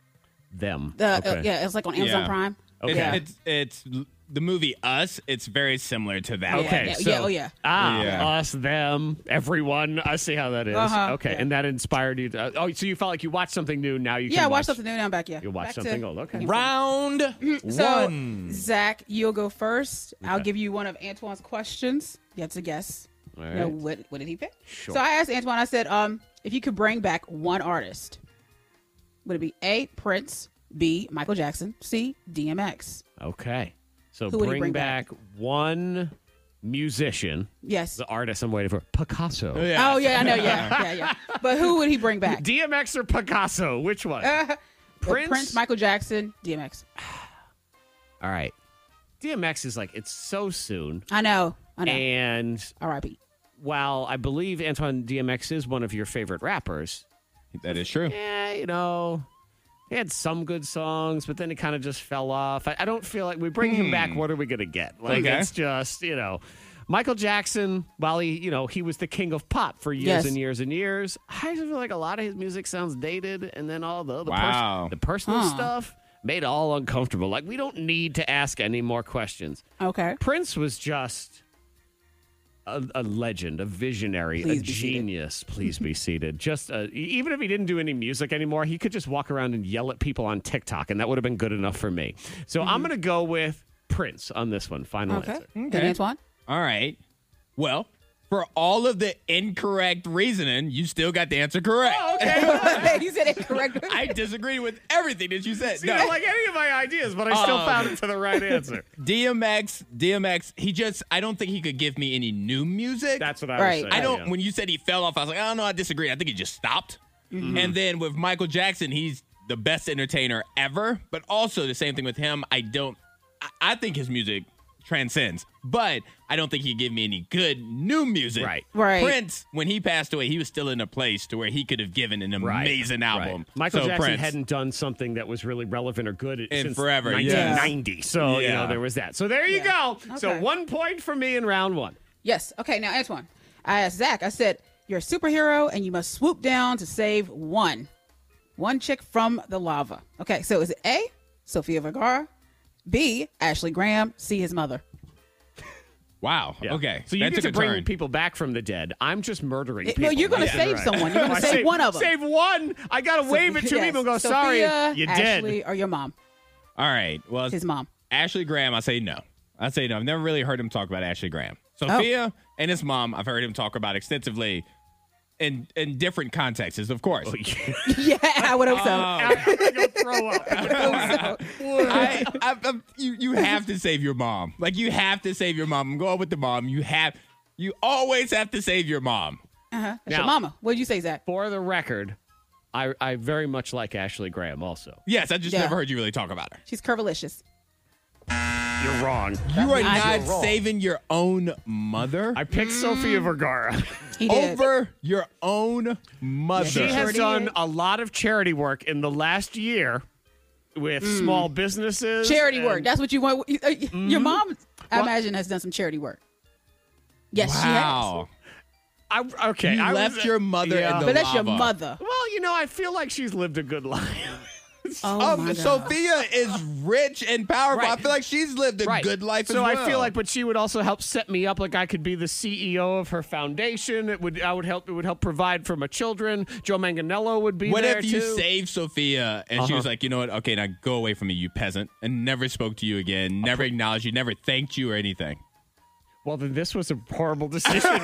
Speaker 1: Them.
Speaker 2: The uh, yeah, it's like on Amazon
Speaker 3: Yeah.
Speaker 2: Prime.
Speaker 3: It's-
Speaker 2: Yeah.
Speaker 3: It's, it's the movie Us. It's very similar to that.
Speaker 1: Okay.
Speaker 3: one.
Speaker 1: so-
Speaker 2: yeah, oh, yeah.
Speaker 1: Ah,
Speaker 3: Yeah.
Speaker 1: us, them, everyone. I see how that is.
Speaker 2: Uh-huh,
Speaker 1: Okay.
Speaker 2: yeah.
Speaker 1: And that inspired you. To, oh, so you felt like you watched something new. Now you
Speaker 2: yeah,
Speaker 1: can
Speaker 2: I
Speaker 1: watch
Speaker 2: watched something new. Now I'm back. Yeah.
Speaker 1: You'll watch
Speaker 2: Back to-
Speaker 1: something. Oh, okay.
Speaker 3: Round
Speaker 1: Oh,
Speaker 2: So,
Speaker 3: one.
Speaker 2: Zach, you'll go first. I'll
Speaker 1: Okay.
Speaker 2: give you one of Antoine's questions. You have to guess.
Speaker 1: All
Speaker 2: You know,
Speaker 1: right.
Speaker 2: what what did he pick?
Speaker 1: Sure.
Speaker 2: So I asked Antoine. I said, um, if you could bring back one artist, would it be A. Prince, B. Michael Jackson, C. DMX?
Speaker 1: Okay. So
Speaker 2: Who would he
Speaker 1: bring,
Speaker 2: bring
Speaker 1: back, one musician.
Speaker 2: Yes.
Speaker 1: The artist I'm waiting for. Picasso.
Speaker 2: Oh yeah, I know. Yeah, yeah, yeah. But who would he bring back?
Speaker 1: DMX or Picasso? Which one?
Speaker 2: Prince, Uh, Prince, Michael Jackson, DMX.
Speaker 1: All right. DMX is like, it's so soon.
Speaker 2: I know. I know.
Speaker 1: And
Speaker 2: R.I.P.
Speaker 1: while I believe Antoine DMX is one of your favorite rappers,
Speaker 3: That is true.
Speaker 1: yeah, you know, he had some good songs, but then it kind of just fell off. I, I don't feel like we bring him back. What are we going to get? Like,
Speaker 3: Hmm. Okay.
Speaker 1: it's just, you know, Michael Jackson, while he, you know, he was the king of pop for years
Speaker 3: Yes.
Speaker 1: and years and years, I just feel like a lot of his music sounds dated. And then all the other pers-
Speaker 3: Wow.
Speaker 1: the personal
Speaker 2: Huh.
Speaker 1: stuff made it all uncomfortable. Like, we don't need to ask any more questions.
Speaker 2: Okay.
Speaker 1: Prince was just a, a legend, a visionary,
Speaker 2: Please
Speaker 1: a
Speaker 2: be seated.
Speaker 1: genius. Please be seated. Just uh, e- even if he didn't do any music anymore, he could just walk around and yell at people on TikTok, and that would have been good enough for me. So I'm going to go with Prince on this one. Final
Speaker 2: Mm-hmm. Okay. Mm.
Speaker 1: answer.
Speaker 2: And Antoine.
Speaker 3: All right. Well, for all of the incorrect reasoning, you still got the answer correct.
Speaker 1: Oh,
Speaker 2: Okay. you said incorrect.
Speaker 3: I disagree with everything that you said.
Speaker 1: See, I don't like any of my ideas, but I
Speaker 2: Oh.
Speaker 1: still
Speaker 3: Um,
Speaker 1: found it to the right answer.
Speaker 3: DMX, DMX, he just, I don't think he could give me any new music.
Speaker 1: That's what I
Speaker 3: I
Speaker 1: was Right. saying,
Speaker 3: I don't,
Speaker 1: yeah.
Speaker 3: when you said he fell off, I was like, I don't know, I disagree. I think he just stopped.
Speaker 1: Mhm.
Speaker 3: And then with Michael Jackson, he's the best entertainer ever. But also the same thing with him, I don't, I, I think his music transcends, but I don't think he give me any good new music. Right.
Speaker 1: Right.
Speaker 3: Prince, when he passed away, he was still in a place to where he could have given an
Speaker 1: Right.
Speaker 3: amazing album.
Speaker 1: Right. Michael
Speaker 3: So
Speaker 1: Jackson
Speaker 3: Prince.
Speaker 1: hadn't done something that was really relevant or good
Speaker 3: In
Speaker 1: since
Speaker 3: forever, yes.
Speaker 1: 1990. So you
Speaker 3: Yeah.
Speaker 1: know there was that. So there you go. So
Speaker 2: Okay.
Speaker 1: one point for me in round one.
Speaker 2: Yes. Okay. Now Antoine. I asked Zach. I said, "You're a superhero, and you must swoop down to save one, one chick from the lava." Okay. So is it A. Sofia Vergara, B. Ashley Graham, C. His mother.
Speaker 3: Wow. Okay.
Speaker 1: So you
Speaker 3: That
Speaker 1: get
Speaker 3: took
Speaker 1: to
Speaker 3: a
Speaker 1: bring
Speaker 3: turn.
Speaker 1: people back from the dead. I'm just murdering
Speaker 2: Eh,
Speaker 1: people.
Speaker 2: no, you're gonna
Speaker 1: left and
Speaker 2: save
Speaker 1: right.
Speaker 2: someone. You're gonna
Speaker 1: I
Speaker 2: save one of 'em.
Speaker 1: Save one. I gotta wave it to
Speaker 2: Yes.
Speaker 1: people. and Go.
Speaker 2: Sophia,
Speaker 1: Sorry, you
Speaker 2: Ashley,
Speaker 1: did.
Speaker 2: or your mom.
Speaker 3: All right. Well,
Speaker 2: his mom.
Speaker 3: Ashley Graham, I say no. I say no. I've never really heard him talk about Ashley Graham. Sophia and his mom, I've heard him talk about extensively in in different contexts, of course.
Speaker 2: yeah, I would hope so.
Speaker 1: Oh.
Speaker 3: I, I, I, you, you have to save your mom. Like, you have to save your mom. I'm going with the mom. You have, you always have to save your mom.
Speaker 2: Uh-huh. That's
Speaker 1: Now-
Speaker 2: your mama. What did you say, Zach?
Speaker 1: For the record, I I very much like Ashley Graham. Also,
Speaker 3: Yes, I just
Speaker 2: Yeah.
Speaker 3: never heard you really talk about her.
Speaker 2: She's curvilicious.
Speaker 1: You're wrong.
Speaker 3: You are not saving your own mother. I
Speaker 1: picked Sofia Vergara. He did.
Speaker 3: Over your own mother.
Speaker 1: She has done a lot of charity work in the last year with
Speaker 2: Mm.
Speaker 1: small businesses.
Speaker 2: Charity
Speaker 1: and- Mm-hmm.
Speaker 2: work. That's what you want. Your mom, I imagine, has done some charity work. Yes, she has.
Speaker 1: I, okay,
Speaker 2: You
Speaker 1: I
Speaker 2: left
Speaker 1: was-
Speaker 2: your mother in the But that's your lava. mother.
Speaker 1: Well, you know, I feel like she's lived a good life.
Speaker 3: Oh, Um, my God. Sophia is rich and powerful. I feel like she's lived a good life
Speaker 1: So
Speaker 3: as
Speaker 1: I
Speaker 3: well.
Speaker 1: feel like, but she would also help set me up. Like I could be the CEO of her foundation. It would, I would help. It would help provide for my children. Joe Manganello would be
Speaker 3: what
Speaker 1: there
Speaker 3: if you
Speaker 1: too.
Speaker 3: saved Sophia and she
Speaker 1: Uh-huh.
Speaker 3: was like, you know what? Okay, now go away from me, you peasant, and never spoke to you again, never acknowledged you, never thanked you or anything.
Speaker 1: well, then this was a horrible decision.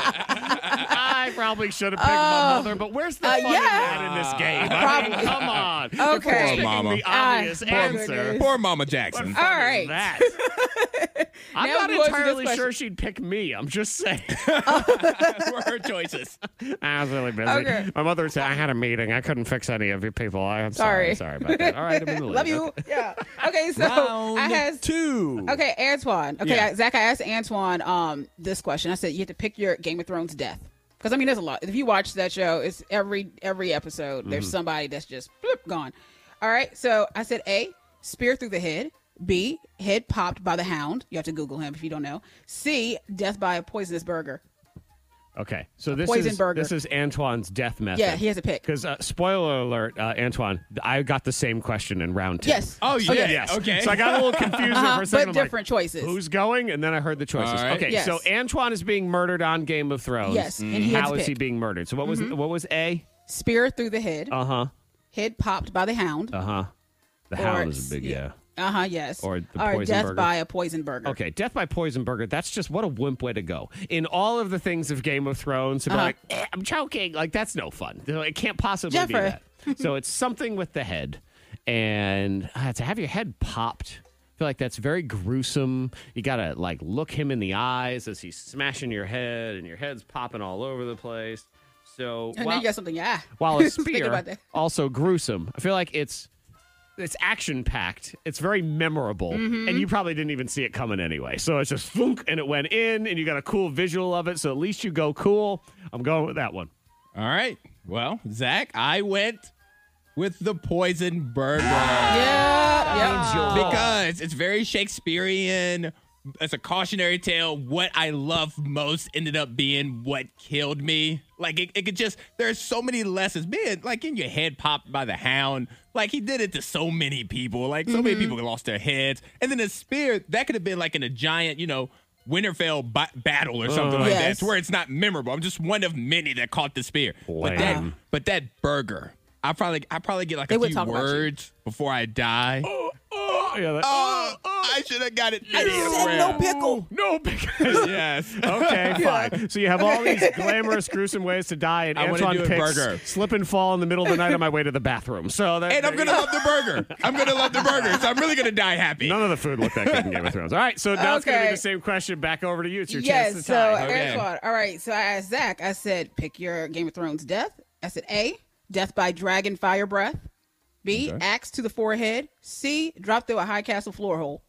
Speaker 1: I probably should have picked my
Speaker 2: Oh.
Speaker 1: mother, but where's the
Speaker 2: Uh,
Speaker 1: fun in
Speaker 2: yeah.
Speaker 1: that in this game? I mean,
Speaker 2: Probably.
Speaker 1: come on. If
Speaker 2: Okay.
Speaker 1: we're
Speaker 2: Poor
Speaker 1: picking
Speaker 3: mama.
Speaker 1: The obvious
Speaker 2: Ah,
Speaker 1: answer.
Speaker 3: Poor Mama Jackson.
Speaker 1: What
Speaker 2: All
Speaker 1: fun
Speaker 2: right.
Speaker 1: is that? I'm
Speaker 2: Now
Speaker 1: not
Speaker 2: we go to this
Speaker 1: entirely
Speaker 2: question.
Speaker 1: sure she'd pick me. I'm just saying.
Speaker 3: Were her choices.
Speaker 1: I was really busy.
Speaker 2: Okay.
Speaker 1: My mother said I had a meeting. I couldn't fix any of you people. I'm sorry. Sorry, about that. All right, I'm in the lead.
Speaker 2: Love you. Yeah. Okay, so I has
Speaker 3: two.
Speaker 2: Okay, Antoine. Okay,
Speaker 1: Yeah.
Speaker 2: I- Zach, I asked Antoine um this question. I said you have to pick your Game of Thrones death. Because I mean there's a lot. If you watch that show, it's every every episode there's
Speaker 1: Mm-hmm.
Speaker 9: Mhm.
Speaker 2: somebody that's just bloop, gone. All right. So I said A, spear through the head. B, head popped by the hound. You have to Google him if you don't know. C, death by a poisonous burger.
Speaker 1: Okay, so this
Speaker 2: poison
Speaker 1: is
Speaker 2: burger.
Speaker 1: this is Antoine's death method.
Speaker 2: Yeah, he has a pick.
Speaker 1: Because uh, spoiler alert, uh, Antoine, th- I got the same question in round two.
Speaker 2: Yes. Oh, yeah.
Speaker 1: Okay. Yes.
Speaker 2: Okay.
Speaker 1: So I got a little confused there
Speaker 2: Uh-huh,
Speaker 1: for a second.
Speaker 2: but
Speaker 1: I'm like,
Speaker 2: different choices.
Speaker 1: Who's going? And then I heard the choices.
Speaker 3: All right.
Speaker 1: Okay,
Speaker 2: Yes.
Speaker 1: so Antoine is being murdered on Game of Thrones.
Speaker 2: Yes, and he had
Speaker 1: How
Speaker 2: to
Speaker 1: is he
Speaker 2: pick.
Speaker 1: being murdered? So what was
Speaker 2: Mhm.
Speaker 1: what was A?
Speaker 2: Spear through the head.
Speaker 1: Uh huh.
Speaker 2: head popped by the hound.
Speaker 1: Uh huh. The
Speaker 2: Or
Speaker 1: hound is a big
Speaker 2: C-
Speaker 1: yeah.
Speaker 2: Uh huh. Yes.
Speaker 1: Or the poison
Speaker 2: death
Speaker 1: burger.
Speaker 2: by a poison burger.
Speaker 1: Okay, death by poison burger. That's just what a wimp way to go. In all of the things of Game of Thrones, to be
Speaker 2: Uh-huh.
Speaker 1: like, "Eh, I'm choking. Like that's no fun. You know, It can't possibly
Speaker 2: Jeffrey.
Speaker 1: be that. so it's something with the head, and uh, to have your head popped. I feel like that's very gruesome. You gotta like look him in the eyes as he's smashing your head, and your head's popping all over the place. So
Speaker 2: And
Speaker 1: while-
Speaker 2: then you got something. Yeah.
Speaker 1: while a
Speaker 2: Just thinking about
Speaker 1: spear
Speaker 2: that.
Speaker 1: also gruesome. I feel like it's it's action packed. It's very memorable,
Speaker 2: Mhm.
Speaker 1: and you probably didn't even see it coming anyway. So it's just thunk, and it went in, and you got a cool visual of it. So at least you go cool. I'm going with that one.
Speaker 3: All right. Well, Zach, I went with the poison burger.
Speaker 2: Yeah,
Speaker 1: yeah.
Speaker 3: Because it's very Shakespearean. It's a cautionary tale. What I love most ended up being what killed me. Like it, it could just there's so many lessons. Man, like in your head popped by the hound. Like he did it to so many people. Like so many people lost their heads. And then the spear, that could have been like in a giant, you know, Winterfell ba- battle or something
Speaker 1: Uh.
Speaker 3: like that.
Speaker 1: Yes.
Speaker 3: It's where it's not memorable. I'm just one of many that caught the spear. But that,
Speaker 1: Lame.
Speaker 3: but that burger, I probably I probably get like
Speaker 2: They
Speaker 3: a
Speaker 2: would
Speaker 3: few
Speaker 2: talk about you.
Speaker 3: words before I die.
Speaker 1: Uh,
Speaker 3: Oh,
Speaker 1: yeah, that-
Speaker 3: I should have got it.
Speaker 2: I Uh, said no pickle.
Speaker 1: uh, No pickle.
Speaker 3: yes.
Speaker 1: Okay,
Speaker 3: Yeah.
Speaker 1: fine. So you have all these glamorous, gruesome ways to die, and
Speaker 3: I wanna
Speaker 1: Antoine
Speaker 3: do a
Speaker 1: picks
Speaker 3: burger.
Speaker 1: slip and fall in the middle of the night on my way to the bathroom. So that,
Speaker 3: And I'm gonna love the burger. I'm gonna love the burger. So I'm really gonna die happy.
Speaker 1: None of the food looked that good in Game of Thrones. All right, so now it's going to be
Speaker 2: Okay.
Speaker 1: the same question. Back over to you. It's your
Speaker 2: yes.
Speaker 1: chance to
Speaker 2: so
Speaker 1: tie.
Speaker 2: Antoine. All right. So I asked Zach. I said, pick your Game of Thrones death. I said A, death by dragon fire breath. B,
Speaker 3: Okay.
Speaker 2: axe to the forehead. C, drop through a high castle floor hole.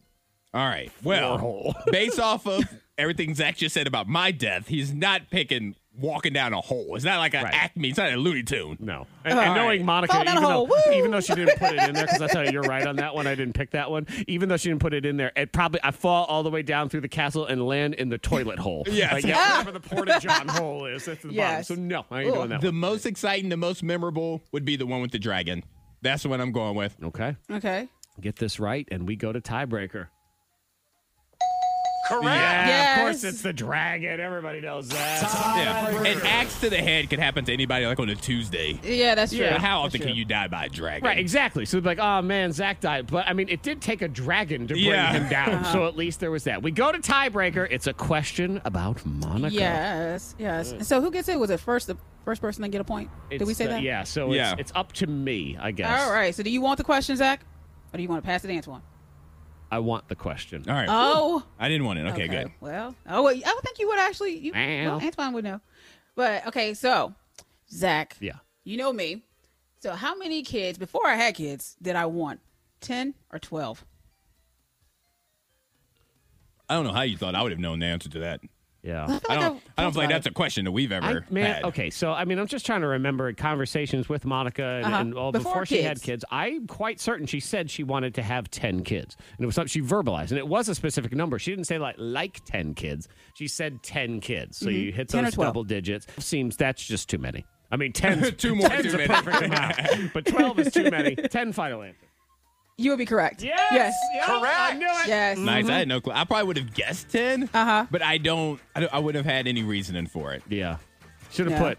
Speaker 3: All right. Well, based off of everything Zach just said about my death, he's not picking walking down a hole. It's not like an Acme. It's not a Looney Tune.
Speaker 1: No. And, and knowing Monica,
Speaker 2: Fall down
Speaker 1: even
Speaker 2: a hole.
Speaker 1: though,
Speaker 2: Woo!
Speaker 1: even though she didn't put it in there, because I tell you, you're right on that one. I didn't pick that one. Even though she didn't put it in there, it probably I fall all the way down through the castle and land in the toilet hole.
Speaker 3: Yes.
Speaker 1: Like,
Speaker 2: Ah!
Speaker 1: yeah, whatever the porta john hole is, that's the
Speaker 3: Yes.
Speaker 1: bottom. So no, I ain't doing that.
Speaker 3: The
Speaker 1: one.
Speaker 3: most exciting, the most memorable would be the one with the dragon. That's the one I'm going with.
Speaker 1: Okay.
Speaker 2: Okay.
Speaker 1: Get this right, and we go to tiebreaker.
Speaker 10: Correct.
Speaker 1: Yeah,
Speaker 2: Yes.
Speaker 1: of course it's the dragon. Everybody knows that.
Speaker 3: Yeah. An axe to the head could happen to anybody like on a Tuesday.
Speaker 2: Yeah, that's true.
Speaker 3: But how often can you die by a dragon?
Speaker 1: Right, exactly. So like, oh man, Zach died, but I mean, it did take a dragon to bring
Speaker 3: Yeah.
Speaker 1: him down.
Speaker 2: Uh-huh.
Speaker 1: So at least there was that. We go to tiebreaker. It's a question about Monica.
Speaker 2: Yes. Yes. So who gets it? Was it first the first person to get a point? Did
Speaker 1: It's
Speaker 2: we say
Speaker 1: the-
Speaker 2: that?
Speaker 1: Yeah. So
Speaker 3: Yeah.
Speaker 1: It's, it's up to me, I guess.
Speaker 2: All right. So do you want the question, Zach, or do you want to pass it, to Antoine?
Speaker 1: I want the question.
Speaker 3: All right.
Speaker 2: Oh.
Speaker 3: I didn't want it. Okay, good.
Speaker 2: Well, oh, well, I would think you would actually. You, well,
Speaker 1: Well.
Speaker 2: Antoine would know. But okay, so Zach,
Speaker 1: Yeah.
Speaker 2: you know me. So how many kids before I had kids did I want? Ten or twelve?
Speaker 3: I don't know how you thought I would have known the answer to that.
Speaker 1: Yeah.
Speaker 3: I don't I don't feel like that's a question that we've
Speaker 1: I-
Speaker 3: ever
Speaker 1: man,
Speaker 3: had.
Speaker 1: okay, so I mean, I'm just trying to remember conversations with Monica and,
Speaker 3: Uh-huh.
Speaker 1: and all before,
Speaker 3: Before
Speaker 1: she had
Speaker 3: kids.
Speaker 1: kids. I'm quite certain she said she wanted to have ten kids, and it was something she verbalized, and it was a specific number. She didn't say like like ten kids. She said ten kids. So
Speaker 3: Mhm.
Speaker 1: you hit
Speaker 3: 10 or
Speaker 1: those
Speaker 3: 12.
Speaker 1: double digits. Seems that's just too many. I mean, ten.
Speaker 3: Two more
Speaker 1: ten's
Speaker 3: too
Speaker 1: a
Speaker 3: many.
Speaker 1: perfect amount, but twelve is too many. Ten final answer.
Speaker 2: You would be correct.
Speaker 1: Yes.
Speaker 2: Yes.
Speaker 1: I knew it.
Speaker 2: Yes.
Speaker 3: Nice.
Speaker 2: Mhm.
Speaker 1: Mm-hmm.
Speaker 3: I had no clue. I probably would have guessed ten. Uh
Speaker 1: Uh-huh.
Speaker 3: huh. But I don't, I don't. I wouldn't have had any reasoning for it.
Speaker 1: Yeah. Should
Speaker 3: Yeah.
Speaker 1: have put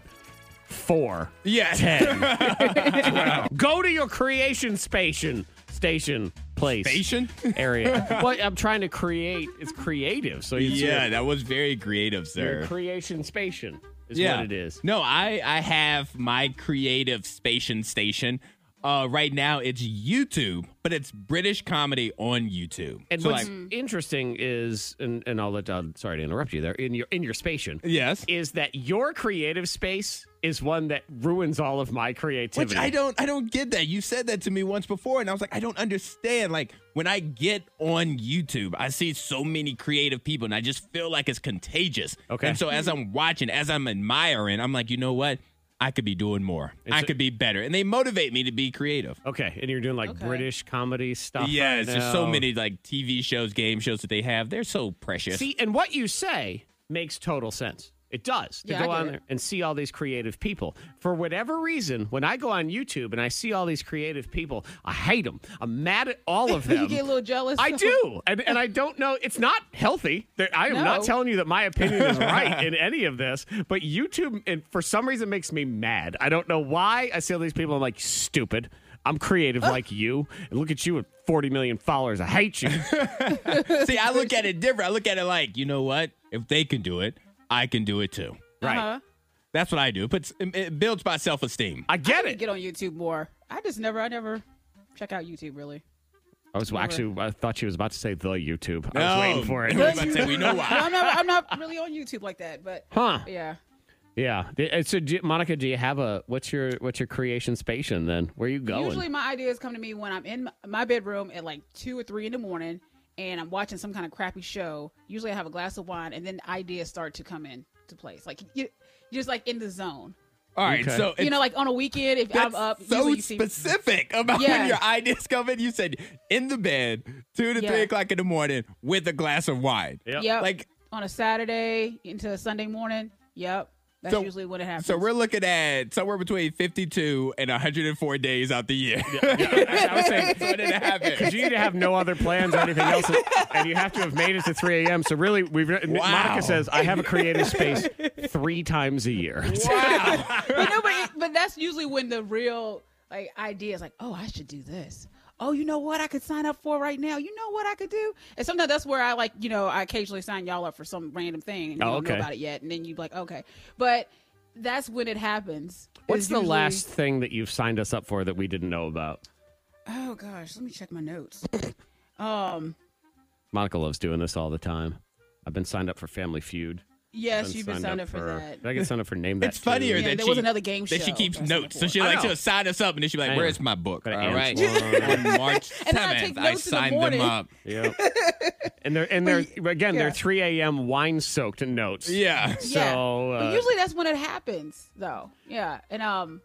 Speaker 1: four.
Speaker 3: Yeah.
Speaker 1: Ten. Twelve. Go to your creation station. Station. Place.
Speaker 3: Station?
Speaker 1: Area. well, I'm trying to create. It's creative. So it's
Speaker 3: yeah,
Speaker 1: your-
Speaker 3: that was very creative,
Speaker 1: your
Speaker 3: sir.
Speaker 1: creation station is
Speaker 3: yeah.
Speaker 1: what it is.
Speaker 3: No, I I have my creative station station. Uh, right now it's YouTube, but it's British comedy on YouTube.
Speaker 1: And
Speaker 3: so
Speaker 1: what's
Speaker 3: like,
Speaker 1: interesting is, and, and I'll let Don. Sorry to interrupt you there. In your in your station,
Speaker 3: yes,
Speaker 1: is that your creative space is one that ruins all of my creativity.
Speaker 3: Which I don't I don't get that. You said that to me once before and I was like, I don't understand. Like when I get on YouTube, I see so many creative people and I just feel like it's contagious.
Speaker 1: Okay.
Speaker 3: And so as I'm watching, as I'm admiring, I'm like, you know what? I could be doing more. I
Speaker 1: It's-
Speaker 3: could be better. And they motivate me to be creative.
Speaker 1: Okay, and you're doing like British comedy stuff.
Speaker 3: Yes,
Speaker 1: right
Speaker 3: there's so
Speaker 1: now.
Speaker 3: many like TV shows, game shows that they have. They're so precious.
Speaker 1: See, and what you say makes total sense. It does to
Speaker 3: Yeah, I
Speaker 1: go
Speaker 3: get
Speaker 1: on
Speaker 3: it.
Speaker 1: there and see all these creative people. For whatever reason, when I go on YouTube and I see all these creative people, I hate them. I'm mad at all of them.
Speaker 2: you get a little jealous.
Speaker 1: I do, and, and I don't know. It's not healthy. There- I am not
Speaker 2: No.
Speaker 1: telling you that my opinion is right in any of this, but YouTube, and for some reason, makes me mad. I don't know why. I see all these people. I'm like, stupid. I'm creative like you, and look at you with 40 million followers. I hate you.
Speaker 3: See, I look at it different. I look at it like, you know what? If they can do it, I can do it too.
Speaker 1: Right.
Speaker 2: Uh-huh.
Speaker 3: That's what I do. It, puts, it- it builds my self esteem.
Speaker 1: I get
Speaker 2: I get on YouTube more. I just never, I never check out YouTube really.
Speaker 1: I was
Speaker 2: Never.
Speaker 1: actually. I thought she was about to say the YouTube. I
Speaker 3: No.
Speaker 1: was waiting for it.
Speaker 3: We were about to say, we know
Speaker 2: No, I'm not, I'm not really on YouTube like that, but
Speaker 1: Huh.
Speaker 2: yeah.
Speaker 1: yeah. D- uh, So, do, Monica, do you have a what's your what's your creation spation then? Where are you going?
Speaker 2: Usually my ideas come to me when I'm in m- my bedroom at like two or three in the morning and I'm watching some kind of crappy show. Usually I have a glass of wine and then ideas start to come in to place. Like you, you're just like in the zone.
Speaker 3: All right,
Speaker 1: Okay.
Speaker 3: so
Speaker 2: you know,
Speaker 3: it's-
Speaker 2: like on a weekend if
Speaker 3: That's
Speaker 2: I'm up.
Speaker 3: so
Speaker 2: usually you see-
Speaker 3: specific about
Speaker 2: Yeah.
Speaker 3: when your ideas come in. You said in the bed, two to
Speaker 2: Yeah.
Speaker 3: three o'clock in the morning, with a glass of wine.
Speaker 1: Yeah,
Speaker 2: Yep.
Speaker 3: Like
Speaker 2: on a Saturday into a Sunday morning. Yep. That's
Speaker 3: So-
Speaker 2: usually what it happens.
Speaker 3: so, we're looking at somewhere between fifty-two and one hundred and four days out the year.
Speaker 1: I was saying,
Speaker 3: That's when it happens.
Speaker 1: Because you need to have no other plans or anything else, and you have to have made it to 3 a.m. So really, we've Monica says I have a creative space three times a year.
Speaker 2: but no, but, it, but that's usually when the real like idea is like, oh, I should do this. Oh, you know what I could sign up for right now. You know what I could do. And sometimes that's where I like, you know, I occasionally sign y'all up for some random thing and you
Speaker 1: Oh,
Speaker 2: don't know
Speaker 1: okay.
Speaker 2: about it yet. And then you be like, okay, but that's when it happens.
Speaker 1: What's
Speaker 2: It's
Speaker 1: the
Speaker 2: usually-
Speaker 1: last thing that you've signed us up for that we didn't know about?
Speaker 2: Oh gosh, let me check my notes. um,
Speaker 1: Monica loves doing this all the time. I've been signed up for Family Feud.
Speaker 2: Yes,
Speaker 1: I've
Speaker 2: you've been signed up for that.
Speaker 1: Did I get signed up for Name That
Speaker 3: It's funnier
Speaker 1: Too?
Speaker 3: that
Speaker 2: there
Speaker 3: she,
Speaker 2: was another game
Speaker 3: that she
Speaker 2: show
Speaker 3: keeps
Speaker 2: or
Speaker 3: notes. So
Speaker 2: something.
Speaker 3: she
Speaker 1: I
Speaker 3: like
Speaker 1: know.
Speaker 3: she'll sign us up, and then she'll be
Speaker 1: I
Speaker 3: like,
Speaker 1: know.
Speaker 3: "Where's my book?" All
Speaker 1: Gotta answer.
Speaker 3: right, on March
Speaker 2: And then I take
Speaker 3: seventh, I,
Speaker 2: notes in the
Speaker 3: signed
Speaker 2: morning.
Speaker 3: them up.
Speaker 1: Yep. and they're and they're again
Speaker 2: yeah.
Speaker 1: they're 3 a.m. wine soaked notes.
Speaker 3: Yeah.
Speaker 2: yeah.
Speaker 1: So
Speaker 2: but
Speaker 1: uh,
Speaker 2: usually that's when it happens, though. Yeah, and um,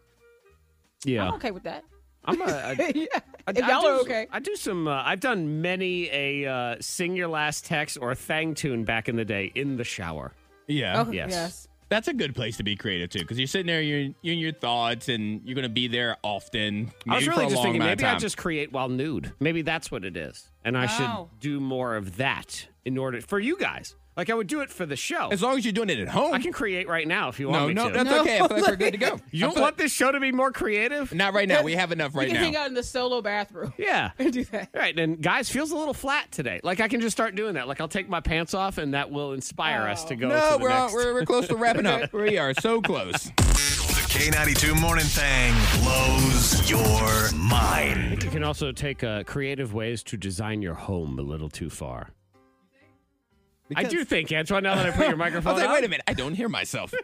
Speaker 1: yeah.
Speaker 2: I'm okay with that.
Speaker 1: I'm a, a,
Speaker 2: yeah.
Speaker 1: I-
Speaker 2: If
Speaker 1: I
Speaker 2: y'all
Speaker 1: do,
Speaker 2: are okay.
Speaker 1: I do some. Uh, I've done many a uh, sing your last text or thang tune back in the day in the shower.
Speaker 3: Yeah.
Speaker 1: Okay, Yes. yes.
Speaker 3: That's a good place to be creative too, because you're sitting there, you're, you're in your thoughts, and you're going to be there often. Maybe
Speaker 1: I was really
Speaker 3: for a
Speaker 1: just
Speaker 3: long
Speaker 1: thinking
Speaker 3: amount of
Speaker 1: maybe I
Speaker 3: time.
Speaker 1: just create while nude. Maybe that's what it is, and I
Speaker 3: Oh.
Speaker 1: should do more of that in order for you guys. Like I would do it for the show.
Speaker 3: As long as you're doing it at home.
Speaker 1: I can create right now if you
Speaker 3: no,
Speaker 1: want me
Speaker 3: no,
Speaker 1: to.
Speaker 3: that's okay. I feel like we're good to go.
Speaker 1: You
Speaker 3: I
Speaker 1: don't
Speaker 3: feel
Speaker 1: want this show to be more creative?
Speaker 3: Not right now. We have enough right
Speaker 2: you can hang
Speaker 3: now.
Speaker 2: out in the solo bathroom.
Speaker 1: Yeah.
Speaker 2: do that.
Speaker 1: All right, and guys, feels a little flat today. Like I can just start doing that. Like I'll take my pants off, and that will inspire us to go.
Speaker 3: Oh. No,
Speaker 1: to the
Speaker 3: we're, all,
Speaker 1: next.
Speaker 3: we're we're close to wrapping up. We are so close.
Speaker 10: The K92 Morning Thang blows your mind.
Speaker 1: You can also take uh, creative ways to design your home a little too far. I
Speaker 3: Because-
Speaker 1: do think, Antoine, now that I put your microphone
Speaker 3: I was like,
Speaker 1: on-
Speaker 3: wait a minute, I don't hear myself.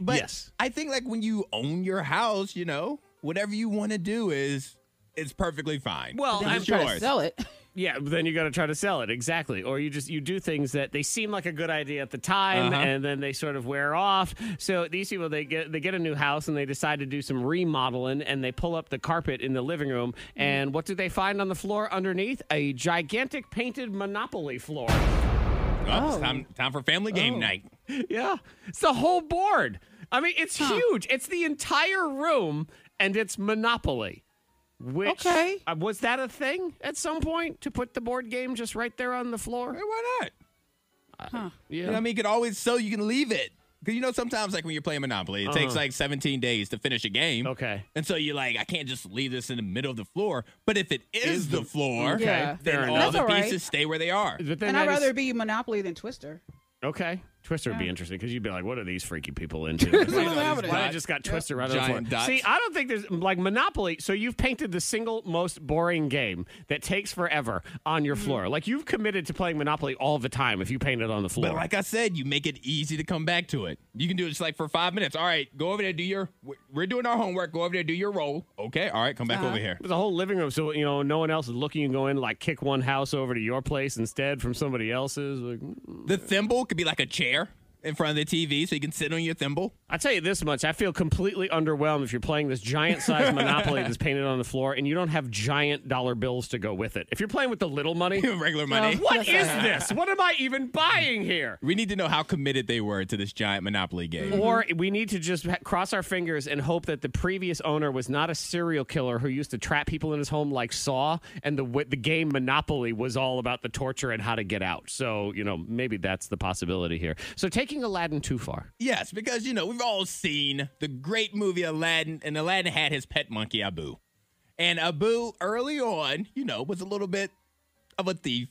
Speaker 3: but yes. I think like when you own your house, you know, whatever you want to do is it's perfectly fine.
Speaker 1: Well,
Speaker 3: Because
Speaker 1: I'm
Speaker 3: it's
Speaker 1: trying to
Speaker 3: yours.
Speaker 2: Sell it.
Speaker 1: Yeah, but then you got to try to sell it exactly, or you just you do things that they seem like a good idea at the time,
Speaker 3: Uh-huh.
Speaker 1: and then they sort of wear off. So these people they get they get a new house and they decide to do some remodeling, and they pull up the carpet in the living room, and what do they find on the floor underneath? A gigantic painted Monopoly floor.
Speaker 3: Well, it's time, time for family game
Speaker 1: Oh.
Speaker 3: night.
Speaker 1: Yeah, it's the whole board. I mean, it's huge. It's the entire room, and it's Monopoly. Which
Speaker 3: Okay.
Speaker 1: uh, was that a thing at some point to put the board game just right there on the floor?
Speaker 3: why not?
Speaker 1: Yeah.
Speaker 3: You know what I mean? You can always so you can leave it. Because you know, sometimes like when you're playing Monopoly, it takes
Speaker 1: Uh-huh.
Speaker 3: like 17 days to finish a game.
Speaker 1: Okay.
Speaker 3: And so you're like, I can't just leave this in the middle of the floor. But if it is, the floor,
Speaker 1: Okay, Yeah.
Speaker 3: then
Speaker 1: fair
Speaker 3: all
Speaker 1: enough.
Speaker 3: the
Speaker 2: That's all right.
Speaker 3: pieces stay where they are.
Speaker 1: But then
Speaker 2: And I'd
Speaker 1: that is-
Speaker 2: rather it be Monopoly than Twister.
Speaker 1: okay. Twister would be interesting because you'd be like, "What are these freaky people into?"
Speaker 2: What is happening?
Speaker 1: I just got Twister right on the floor.
Speaker 3: Giant dots.
Speaker 1: See, I don't think there's like Monopoly. So you've painted the single most boring game that takes forever on
Speaker 3: Mm-hmm.
Speaker 1: your floor. Like you've committed to playing Monopoly all the time if you paint it on the floor.
Speaker 3: But like I said, you make it easy to come back to it. You can do it just like for five minutes. All right, go over there, do your. we're- We're doing our homework. Go over there, do your role. Okay. All right, come back over here.
Speaker 1: It was a whole living room, so you know no one else is looking. You can go in like kick one house over to your place instead from somebody else's. Like, mm.
Speaker 3: The thimble could be like a chair in front of the TV, so you can sit on your thimble.
Speaker 1: I tell you this much: I feel completely underwhelmed if you're playing this giant size Monopoly that's painted on the floor, and you don't have giant dollar bills to go with it. If you're playing with the little money, uh,
Speaker 3: Regular money.
Speaker 1: what is this? What am I even buying here?
Speaker 3: We need to know how committed they were to this giant Monopoly game.
Speaker 1: Or we need to just ha- cross our fingers and hope that the previous owner was not a serial killer who used to trap people in his home like Saw, and the w- the game Monopoly was all about the torture and how to get out. So you know maybe that's the possibility here. So taking Aladdin too far.
Speaker 3: Yes, because you know we've all seen the great movie Aladdin, and Aladdin had his pet monkey Abu, and Abu early on, you know, was a little bit of a thief.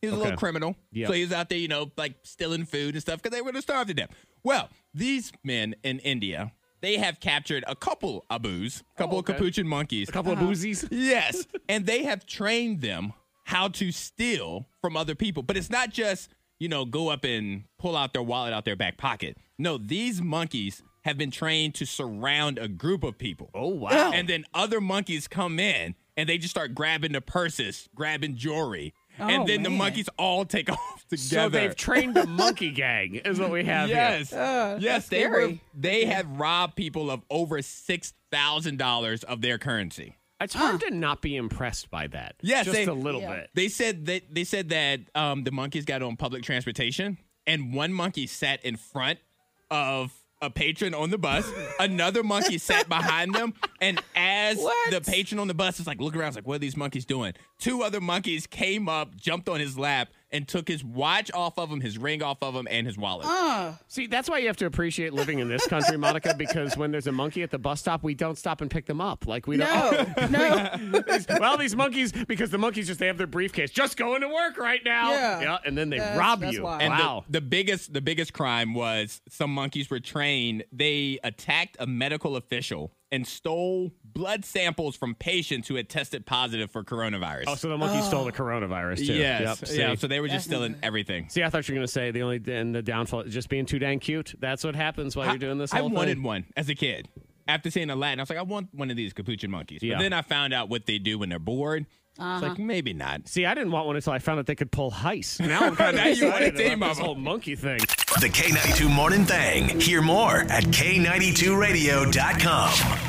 Speaker 3: He was a little
Speaker 1: Okay.
Speaker 3: criminal,
Speaker 1: Yeah.
Speaker 3: so he was out there, you know, like stealing food and stuff because they were gonna starve to death. Well, these men in India, they have captured a couple Abus, a couple
Speaker 1: Oh, okay.
Speaker 3: of capuchin monkeys,
Speaker 1: A couple of boozies.
Speaker 3: Yes. and they have trained them how to steal from other people. But it's not just, you know, go up and pull out their wallet out their back pocket. No, these monkeys have been trained to surround a group of people.
Speaker 1: Oh wow.
Speaker 3: And then other monkeys come in and they just start grabbing the purses, grabbing jewelry.
Speaker 2: Oh,
Speaker 3: and then the
Speaker 2: man.
Speaker 3: monkeys all take off together.
Speaker 1: So they've trained a monkey gang, is what we have here.
Speaker 3: Yes. yes, they were,
Speaker 2: Uh, scary.
Speaker 3: they have robbed people of over $6,000 of their currency.
Speaker 1: It's hard to not be impressed by that.
Speaker 3: Yes,
Speaker 1: just
Speaker 3: they-
Speaker 1: a little
Speaker 2: Yeah.
Speaker 1: bit.
Speaker 3: They said that they said that um, the monkeys got on public transportation, and one monkey sat in front of a patron on the bus. Another monkey sat behind them, and as
Speaker 2: What?
Speaker 3: the patron on the bus is like looking around, it's like, "What are these monkeys doing?" Two other monkeys came up, jumped on his lap, and took his watch off of him, his ring off of him, and his wallet.
Speaker 1: See, that's why you have to appreciate living in this country, Monica, because when there's a monkey at the bus stop, we don't stop and pick them up. Like we don't.
Speaker 2: No, no.
Speaker 1: well, these monkeys, because the monkeys just they have their briefcase, just going to work right now.
Speaker 2: Yeah.
Speaker 1: and then they
Speaker 2: That's-
Speaker 1: rob
Speaker 2: that's
Speaker 1: you.
Speaker 2: why.
Speaker 3: And the-
Speaker 1: wow.
Speaker 3: the, biggest the biggest crime was some monkeys were trained. They attacked a medical official and stole blood samples from patients who had tested positive for coronavirus.
Speaker 1: oh, so the monkey stole the coronavirus too.
Speaker 3: yes,
Speaker 1: Yep, see.
Speaker 3: yeah. So they were just stealing everything.
Speaker 1: See, I thought you were going to say the only and the downfall is just being too dang cute. That's what happens while you're doing this.
Speaker 3: I
Speaker 1: whole
Speaker 3: wanted
Speaker 1: thing.
Speaker 3: one as a kid. After seeing Aladdin, I was like, I want one of these capuchin monkeys.
Speaker 1: Yeah.
Speaker 3: But then I found out what they do when they're bored. It's like maybe not.
Speaker 1: See, I didn't want one until I found out they could pull heist. Now I'm kind of
Speaker 3: Now you want a
Speaker 1: excited
Speaker 3: team
Speaker 1: about
Speaker 3: of
Speaker 1: this
Speaker 3: them.
Speaker 1: whole monkey thing.
Speaker 10: The K92 Morning Thang. Hear more at K92Radio.com.